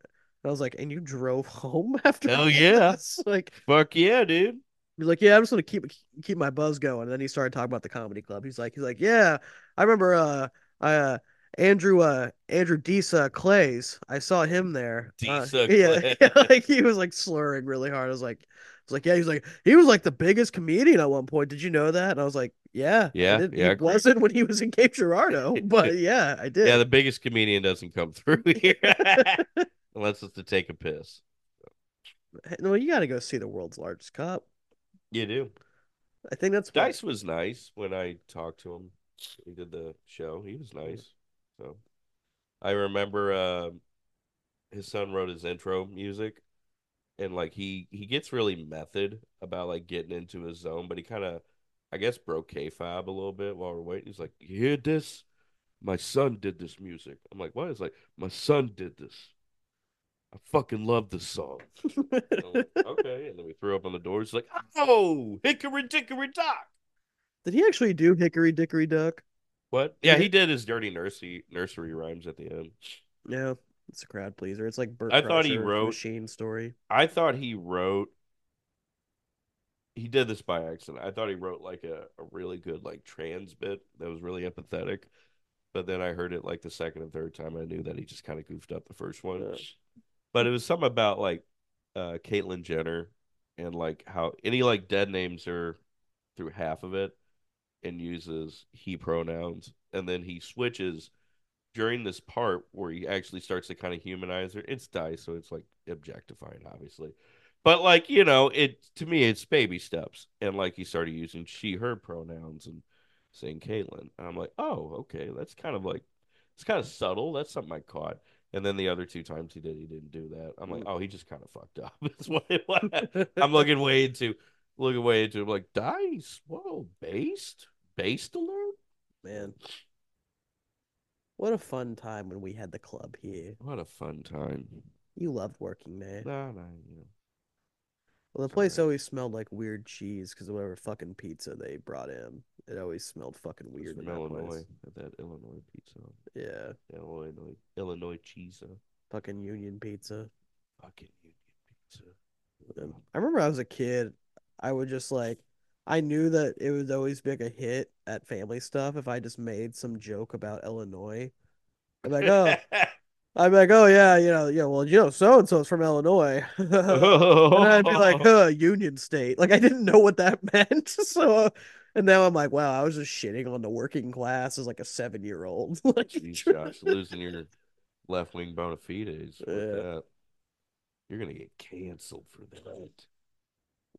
And I was like, and you drove [laughs] home after
Hell
all
yeah.
this?" [laughs] Like
Fuck yeah, dude.
He's like, yeah, I'm just gonna keep keep my buzz going. And then he started talking about the comedy club. He's like, he's like, yeah, I remember uh, I, uh Andrew uh Andrew Disa Clays. I saw him there. Uh,
Disa
[laughs] yeah,
Clay.
like he was like slurring really hard. I was like, I was like, yeah, he's like, he was like the biggest comedian at one point. Did you know that? And I was like, yeah, I
Yeah,
did.
yeah, I
He
agree.
wasn't when he was in Cape
[laughs]
Girardeau, but yeah, I did.
Yeah, the biggest comedian doesn't come [laughs] through
[laughs]
here. Unless it's to take a piss.
well, you gotta go see the world's largest cup.
You do.
I think that's what-
Dice was nice when I talked to him. He did the show. He was nice. So I remember uh, his son wrote his intro music, and like he he gets really method about like getting into his zone, but he kind of I guess broke K Fab a little bit while we're waiting. He's like, "You hear this? My son did this music." I'm like, "What?" He's like, "My son did this. I fucking love this song." And
[laughs]
I'm like, okay, and then we threw up on the doors. He's like, "Oh, hickory dickory dock."
[laughs] Did he actually do Hickory Dickory Duck?
What? Yeah, he did his dirty nursery nursery rhymes at the end.
No, it's a crowd pleaser. It's like Bert
I thought he
Kreischer's
wrote-
Machine Story.
I thought he wrote. He did this by accident. I thought he wrote like a, a really good like trans bit that was really empathetic, But then I heard it like the second and third time. I knew that he just kind of goofed up the first one. But it was something about like uh Caitlyn Jenner and like how any like dead names are through half of it and uses he pronouns and then he switches during this part where he actually starts to kind of humanize her. It's dice, so it's like objectifying, obviously. But like, you know, it to me it's baby steps. And like he started using she her pronouns and saying Caitlin. And I'm like, oh, okay, that's kind of like it's kind of subtle. That's something I caught. And then the other two times he did, he didn't do that. I'm like, oh, he just kind of fucked up. [laughs] That's what it was. I'm looking way into looking way into him like dice. Whoa, based? Based alert?
man. What a fun time when we had the club here.
What a fun time.
You loved working there.
Nah, nah, you know.
Well, the
it's
place
alright.
always smelled like weird cheese because whatever fucking pizza they brought in, it always smelled fucking
It was
weird in
from
that place.
Illinois. At that Illinois pizza.
Yeah,
Illinois Illinois cheese.
fucking Union Pizza.
Fucking Union Pizza. [laughs]
Um, I remember I was a kid, I would just like, I knew that it would always be like a hit at family stuff if I just made some joke about Illinois. I'm
[laughs]
like, oh, I'm like, oh yeah, you know, yeah, well, you know, so and so's from Illinois. [laughs] and
"Oh." [laughs]
I'd be like, huh, Union State. Like I didn't know what that [laughs] meant. So, uh, and now I'm like, wow, I was just shitting on the working class as like a seven year old. [laughs] Like,
Jeez, Josh, losing your left wing bona fides. with
Yeah.
that. You're gonna get canceled for that.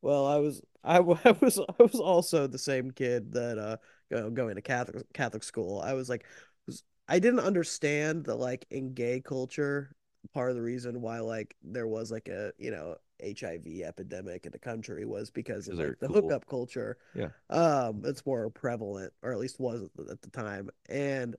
Well, I was [laughs] I, wa- I was I was also the same kid that uh go, going to Catholic Catholic school. I was like was- I didn't understand that like in gay culture, part of the reason why like there was like a, you know, HIV epidemic in the country was because of
Because they're
like the
cool.
hookup culture.
Yeah.
Um, it's more prevalent, or at least was at the- at the time. And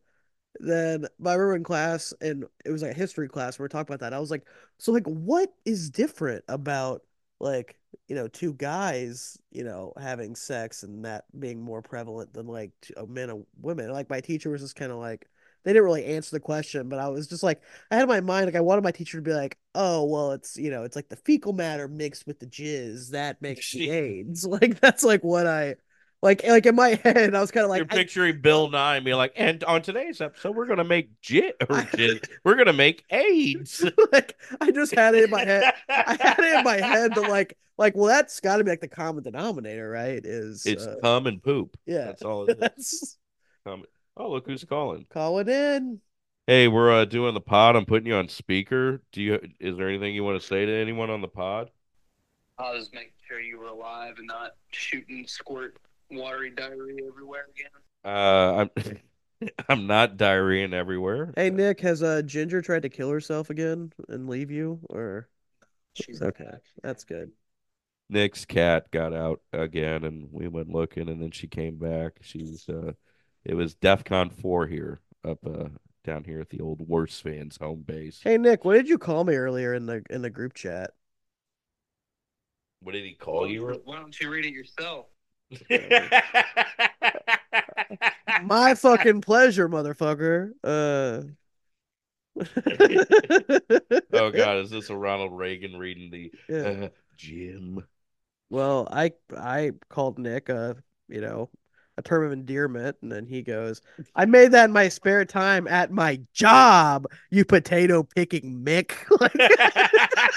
then but I remember in class and it was like a history class, we were talking about that. I was like, so like what is different about like you know two guys you know having sex and that being more prevalent than like t- uh, men and women like my teacher was just kind of like they didn't really answer the question but i was just like i had in my mind like i wanted my teacher to be like oh well it's you know it's like the fecal matter mixed with the jizz that makes the
Jeez.
aids [laughs] like that's like what i like like in my [laughs] head i was kind of
You're
like I,
picturing Bill Nye and be like, and on today's episode, we're gonna make jit or jit. We're gonna make
[laughs]
AIDS.
[laughs] like i just had it in my
[laughs]
head i had it in my head to like like well that's got to be like the common denominator right is
It's
uh,
cum and poop.
yeah
That's all it
[laughs]
is.
that's
Oh, look who's calling.
call it in
Hey, we're uh, doing the pod. I'm putting you on speaker. Do you is there anything you want to say to anyone on the pod?
I was making sure you were alive and not shooting squirt watery diarrhea everywhere again.
Uh, I'm [laughs] I'm not diarrheaing everywhere.
Hey Nick, has uh Ginger tried to kill herself again and leave you? Or
She's
Okay, that's good.
Nick's cat got out again, and we went looking, and then she came back. She's uh, it was DefCon four here up uh down here at the old worst fans home base.
hey Nick, what did you call me earlier in the in the group chat?
What did he call
[laughs]
Why don't you read it yourself?
My fucking pleasure, motherfucker. Uh [laughs]
oh God, is this a Ronald Reagan reading the [laughs]
Yeah.
uh, Jim?
Well, I I called Nick a, you know, a term of endearment, and then he goes, "I made that in my spare time at my job, you potato picking Mick." [laughs]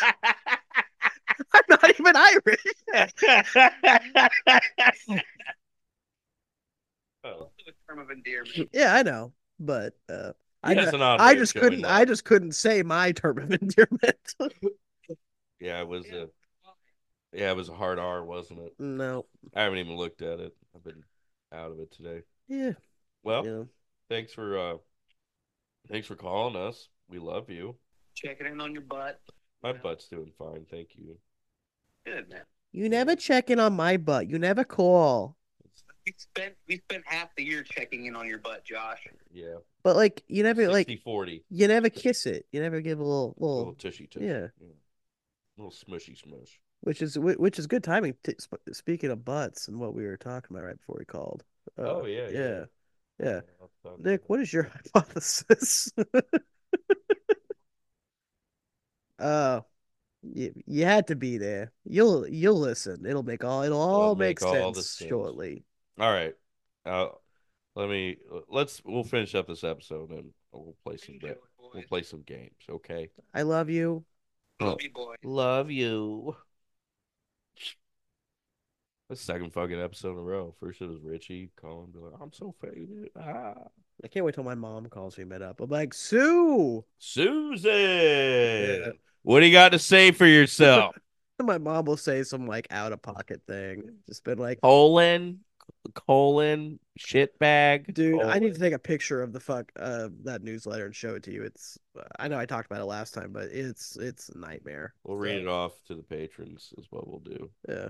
Like, I'm not even Irish.
Oh,
A term of endearment.
Yeah, I know, but uh, I
that's
ju-
an odd way
I
of
just
showing
couldn't.
love.
I just couldn't say my [laughs] term of endearment. [laughs]
Yeah, it was a yeah, it was a hard R, wasn't it?
no.
I haven't even looked at it. I've been out of it today.
Yeah.
Well,
You know.
thanks for uh thanks for calling us. We love you.
Check it in on your butt.
My
Yeah.
butt's doing fine, thank you.
Good man.
You never check in on my butt. You never call.
We spent we spent half the year checking in on your butt, Josh.
Yeah.
But like, you never like,
40.
you never kiss it. You never give a little
little
little,
tushy tushy.
yeah.
little smushy smush.
which is whi- which is good timing. T- sp- speaking of butts and what we were talking about right before we called. Uh,
Oh, yeah, yeah.
yeah, yeah.
I'll talk
Nick,
about
what is your [laughs] hypothesis? [laughs] uh you, you had to be there. You'll you'll listen. It'll make all it'll all
make
make
all the
sense
sense.
shortly.
it. All right. Uh Let me let's we'll finish up this episode and we'll play some
Enjoy,
ga- we'll
boys.
play some games, okay?
I love you.
Love you, boy.
Love you. That's the second fucking episode in a row. First it was Richie calling, be like, I'm so faded. Ah.
I can't wait till my mom calls me mid up. I'm like, Sue.
Susan, what do you got to say
[laughs]
for yourself?
And my mom will say some like out of pocket thing. Just been like,
colon, colon, shitbag.
dude, I need
colon.
to take a picture of the fuck uh, that newsletter and show it to you. It's I know I talked about it last time, but it's it's a nightmare.
We'll read it off to the patrons, is what we'll do.
Yeah.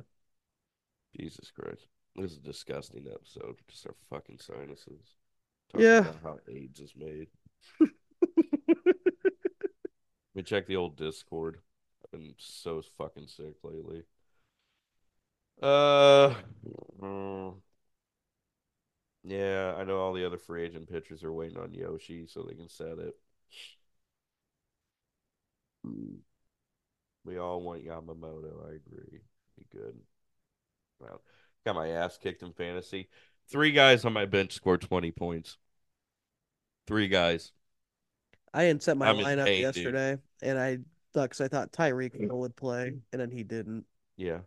Jesus Christ. This is a disgusting episode. Just our fucking sinuses. Talking
Yeah.
about how AIDS is made. Let me check the old Discord. I've been so fucking sick lately. Uh, mm. yeah, I know all the other free agent pitchers are waiting on Yoshi so they can set it. We all want Yamamoto. I agree. Be good. Wow. Got my ass kicked in fantasy. Three guys on my bench scored 20 points. Three guys.
I had set my
I'm in
lineup
pain, dude.
yesterday, and I thought because I thought Tyreek
Mm.
Hill would play, and then he didn't.
Yeah.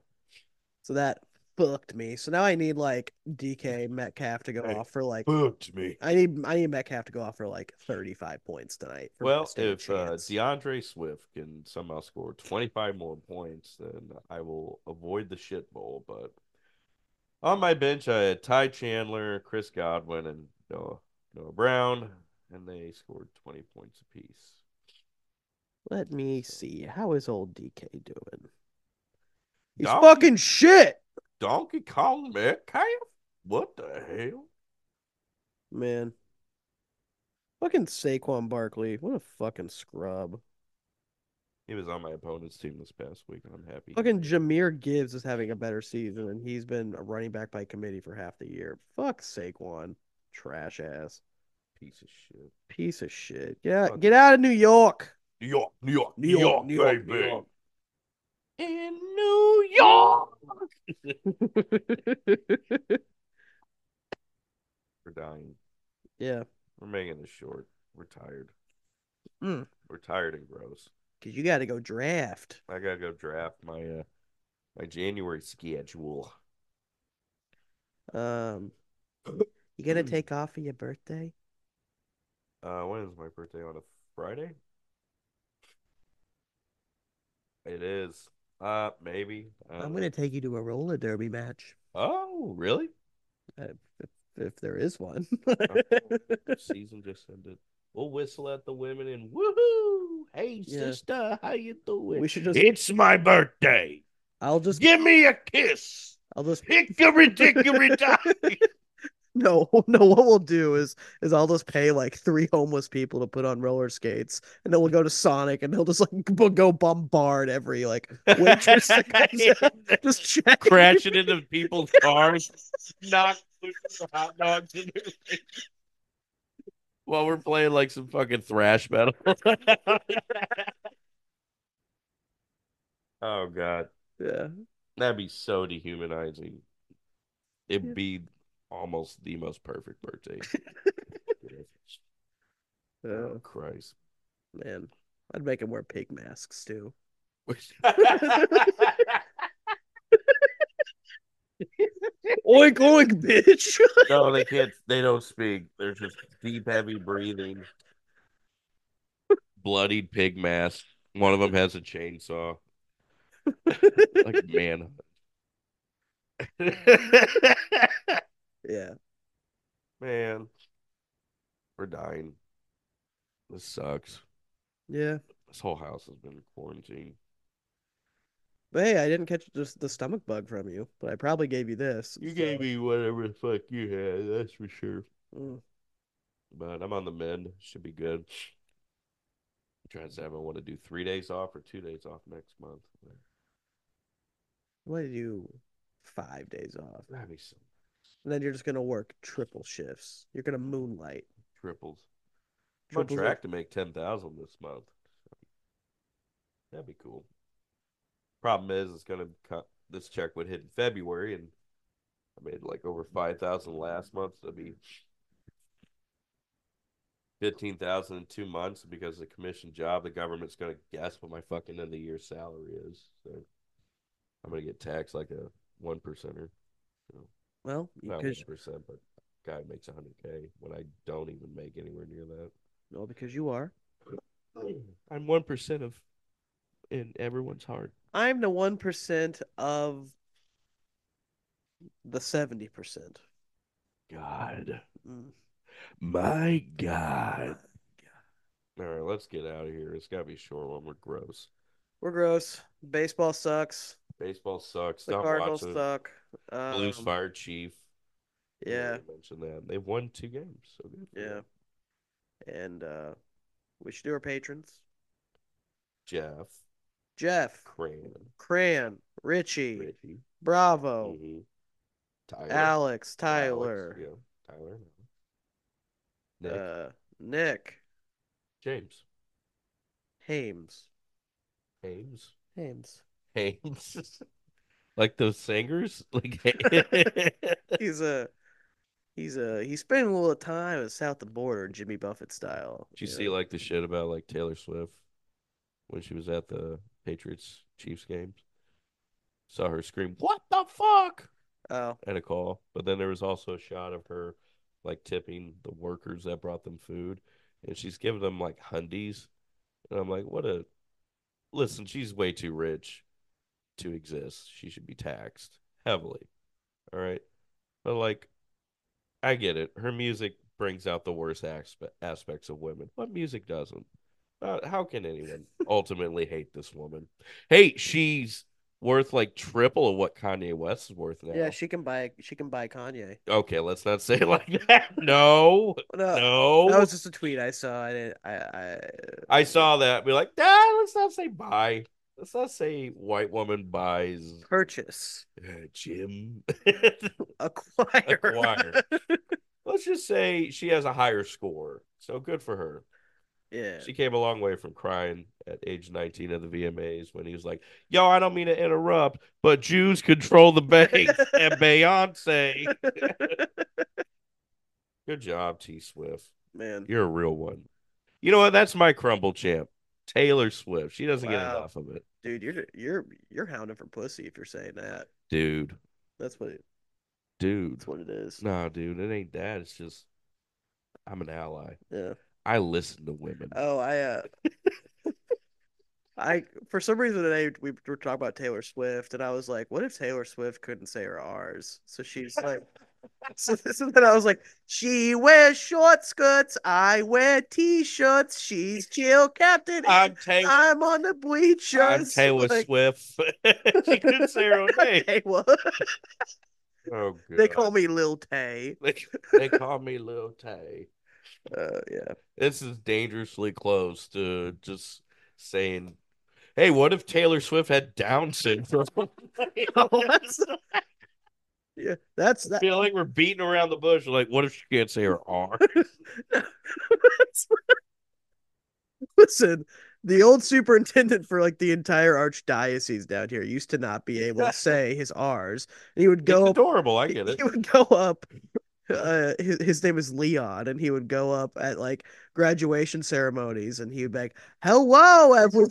So that fucked me. So now I need like DK Metcalf to go
Hey.
off for like
Booked me.
I need I need Metcalf to go off for like thirty five points tonight. for me to
Well,
stand a
if uh,
chance.
DeAndre Swift can somehow score 25 more points, then I will avoid the shit bowl. But on my bench, I had Ty Chandler, Chris Godwin, and Noah, Noah Brown, and they scored 20 points apiece.
let me see how is old DK doing? He's
Donkey-
fucking shit,
Donkey Kong Metcalf? What the hell?
man. Fucking Saquon Barkley, what a fucking scrub.
He was on my opponent's team this past week, and I'm happy. he
Fucking
did.
Jameer Gibbs is having a better season, and he's been a running back by committee for half the year. Fuck Saquon, trash ass,
piece of shit.
piece of shit. Yeah,
Fuck.
get out of New York.
New York, New York,
New York, New York, New York.
In New York.
[laughs]
We're dying.
yeah,
We're making this short. We're tired.
Mm.
We're tired and gross.
because you got to go draft.
I gotta go draft my uh my January schedule.
Um, you gonna take off for your birthday?
Uh, when is my birthday? On a Friday? It is. Uh, maybe. Uh,
I'm gonna take you to a roller derby match
Oh, really?
uh, if, if there is one. [laughs]
season just ended. We'll whistle at the women and woohoo! Hey
Yeah.
sister, how you doing?
we should just.
It's my birthday.
I'll just.
Give me a kiss.
I'll just.
Hickory dickory dock.
[laughs] No, no. What we'll do is is I'll just pay like three homeless people to put on roller skates, and then we'll go to Sonic, and they'll just like [laughs] b- go bombard every like
[laughs]
waitress that comes out. [laughs] Just check.
Crashing into people's cars, knock loose hot dogs in their face. While we're playing like some fucking thrash metal. [laughs] oh god.
[laughs] Yeah.
That'd be so dehumanizing. It'd
Yeah.
be almost the most perfect birthday.
Oh
oh Christ.
man, I'd make them wear pig masks too. Oink oink, bitch.
no, they can't they don't speak. They're just deep heavy breathing. Bloodied pig mask. One of them has a chainsaw. Like man.
[laughs] yeah.
man. We're dying. This sucks.
Yeah.
This whole house has been quarantined.
But hey, I didn't catch just the stomach bug from you, but I probably gave you this.
You
so-
gave me whatever the fuck you had, that's for sure.
Mm.
But I'm on the mend. Should be good. trying to say I want to do three days off or two days off next month.
What did you five days off?
That'd be some
And then you're just gonna work triple shifts. You're gonna moonlight.
triples. I'm on
Triples
track to make ten thousand this month. That'd be cool. Problem is, it's gonna cut. This check would hit in February, and I made like over five thousand last month. So it'd be fifteen thousand in two months because of the commission job, the government's gonna guess what my fucking end of the year salary is. So I'm gonna get taxed like a one percenter. So
Well,
not one
because
percent, but guy makes hundred K when I don't even make anywhere near that.
no, because you are.
I'm one percent of in everyone's heart.
I'm the one percent of the seventy percent. Mm.
God. My God. All right, let's get out of here. It's gotta be a short one. We're gross.
We're gross. Baseball sucks.
Baseball sucks.
The
Stop
Cardinals
watching. it.
suck.
Blues
Um,
fired Chief. We
Yeah,
already Mentioned that. They've won two games. So good. for
yeah.
them.
And uh, we should do our patrons.
Jeff,
Jeff,
Cran,
Cran, Richie,
Richie,
Bravo,
mhm,
Alex,
Tyler, Alex,
Oh. Tyler,
yeah, Tyler, Nick,
Uh, Nick,
James,
Hames,
Hames,
Hames.
Hames, [laughs] like those singers, [laughs] like
He's a he's a he's spending a little time south the border, Jimmy Buffett style.
Did you
know?
see like the shit about like Taylor Swift when she was at the Patriots Chiefs games? Saw her scream, "What the fuck!"
Oh,
at a call. But then there was also a shot of her like tipping the workers that brought them food, and she's giving them like hundies, and I'm like, what a listen. She's way too rich to exist. She should be taxed heavily. All right, but like, I get it. Her music brings out the worst aspe- aspects of women. What music doesn't? Uh, how can anyone ultimately hate this woman? Hey, she's worth like triple of what Kanye West is worth now.
yeah, she can buy she can buy Kanye.
Okay, let's not say it [laughs] like that. No,
No,
no.
that was just a tweet Uh, I saw. I didn't. I, I
I saw that. Be like, nah, let's not say buy. Let's not say white woman buys
purchase
uh, Jim. [laughs]
acquire.
Acquire. let's just say she has a higher score. So good for her.
[laughs] yeah,
She came a long way from crying at age 19 at the VMAs when he was like, Yo, I don't mean to interrupt, but Jews control the banks
[laughs]
and Beyonce. Good job, T Swift.
man.
You're a real one. You know what? That's my crumble champ, Taylor Swift. She doesn't get
Wow.
enough of it,
Dude, you're you're you're hounding for pussy if you're saying that.
dude.
That's what it,
Dude,
that's what it is.
no, dude, it ain't that. It's just I'm an ally.
Yeah.
I listen to women.
Oh, I uh [laughs] I for some reason today we were talking about Taylor Swift and I was like, what if Taylor Swift couldn't say her R's? So she's
[laughs]
like so, so then I was like, she wears short skirts, I wear t-shirts, she's chill captain. [laughs]
I'm Taylor.
I'm on the bleachers.
I'm Taylor
Like, [laughs]
Swift. [laughs] she couldn't say her own name.
Tay was-
Oh, God.
They call me Lil Tay. [laughs]
They, [laughs] they call me Lil Tay.
Uh,
[laughs]
yeah. [laughs]
This is dangerously close to just saying, "Hey, what if Taylor Swift had Down syndrome?" [laughs]
That's- yeah, that's
I
that.
feel like we're beating around the bush. Like, what if she can't say her R?
[laughs] Listen, the old superintendent for like the entire archdiocese down here used to not be able to
[laughs]
say his R's, and he would
It's
[laughs]
[laughs]
go up.
adorable.
[laughs]
I get it.
He would go up. Uh, his his name is Leon, and he would go up at like graduation ceremonies, and he would be like, "Hello, everyone!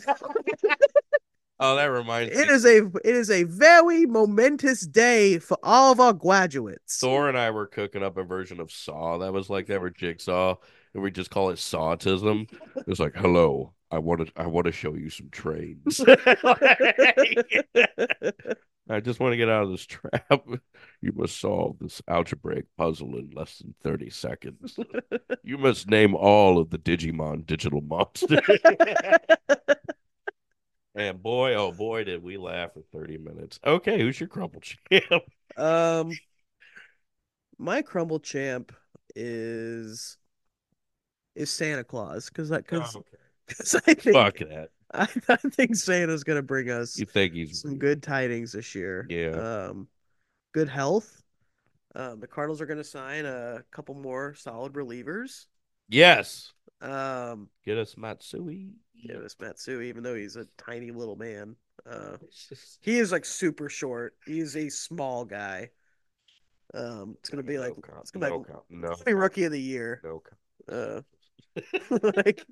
Oh, that reminds
It
me.
is a it is a very momentous day for all of our
[laughs]
graduates."
Thor and I were cooking up a version of Saw that was like that were Jigsaw, and we just call it Sawtism. It was like, hello, I want to, I want to show you some
[laughs]
trains. I just want to get out of this [laughs] trap. You must solve this algebraic puzzle in less than thirty
[laughs]
seconds. You must name all of the Digimon
[laughs]
digital monsters. [laughs] And boy, oh boy, did we laugh for 30 minutes. Okay, who's your crumble champ?
Um, my crumble champ is is Santa Claus because I because [laughs] I think
Oh. [laughs] Fuck that.
[laughs] I, I think Santa's gonna bring us
You think he's
some good tidings this year.
Yeah.
Um, good health. Um, the Cardinals are gonna sign a couple more solid relievers.
Yes.
Um,
Get us Matsui.
yeah, this Matsui, even though he's a tiny little man, uh, he is like super short. He's a small guy. Um, it's gonna be like
no, com-
it's gonna be
no,
like-
com- no,
He's gonna be rookie of the year.
no com-
Uh, [laughs] like,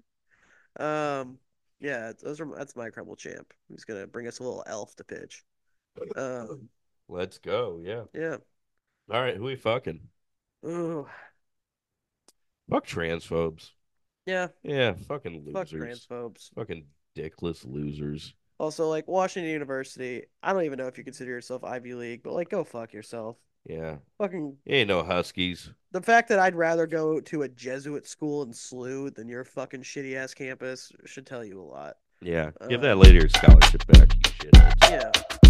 um, yeah, those are that's my crumble champ. He's gonna bring us a little elf to pitch. Um,
Let's go. Yeah.
yeah.
All right. Who we fucking?
Ooh,
Fuck transphobes.
yeah.
Yeah. Fucking
Fuck
losers.
transphobes.
fucking dickless losers.
Also, like Washington University, I don't even know if you consider yourself Ivy League, but like, go fuck yourself.
Yeah.
Fucking
Ain't no Huskies.
the fact that I'd rather go to a Jesuit school in SLU than your fucking shitty ass campus should tell you a lot.
Yeah. Give
Uh.
that lady her scholarship back, you shitheads.
Yeah.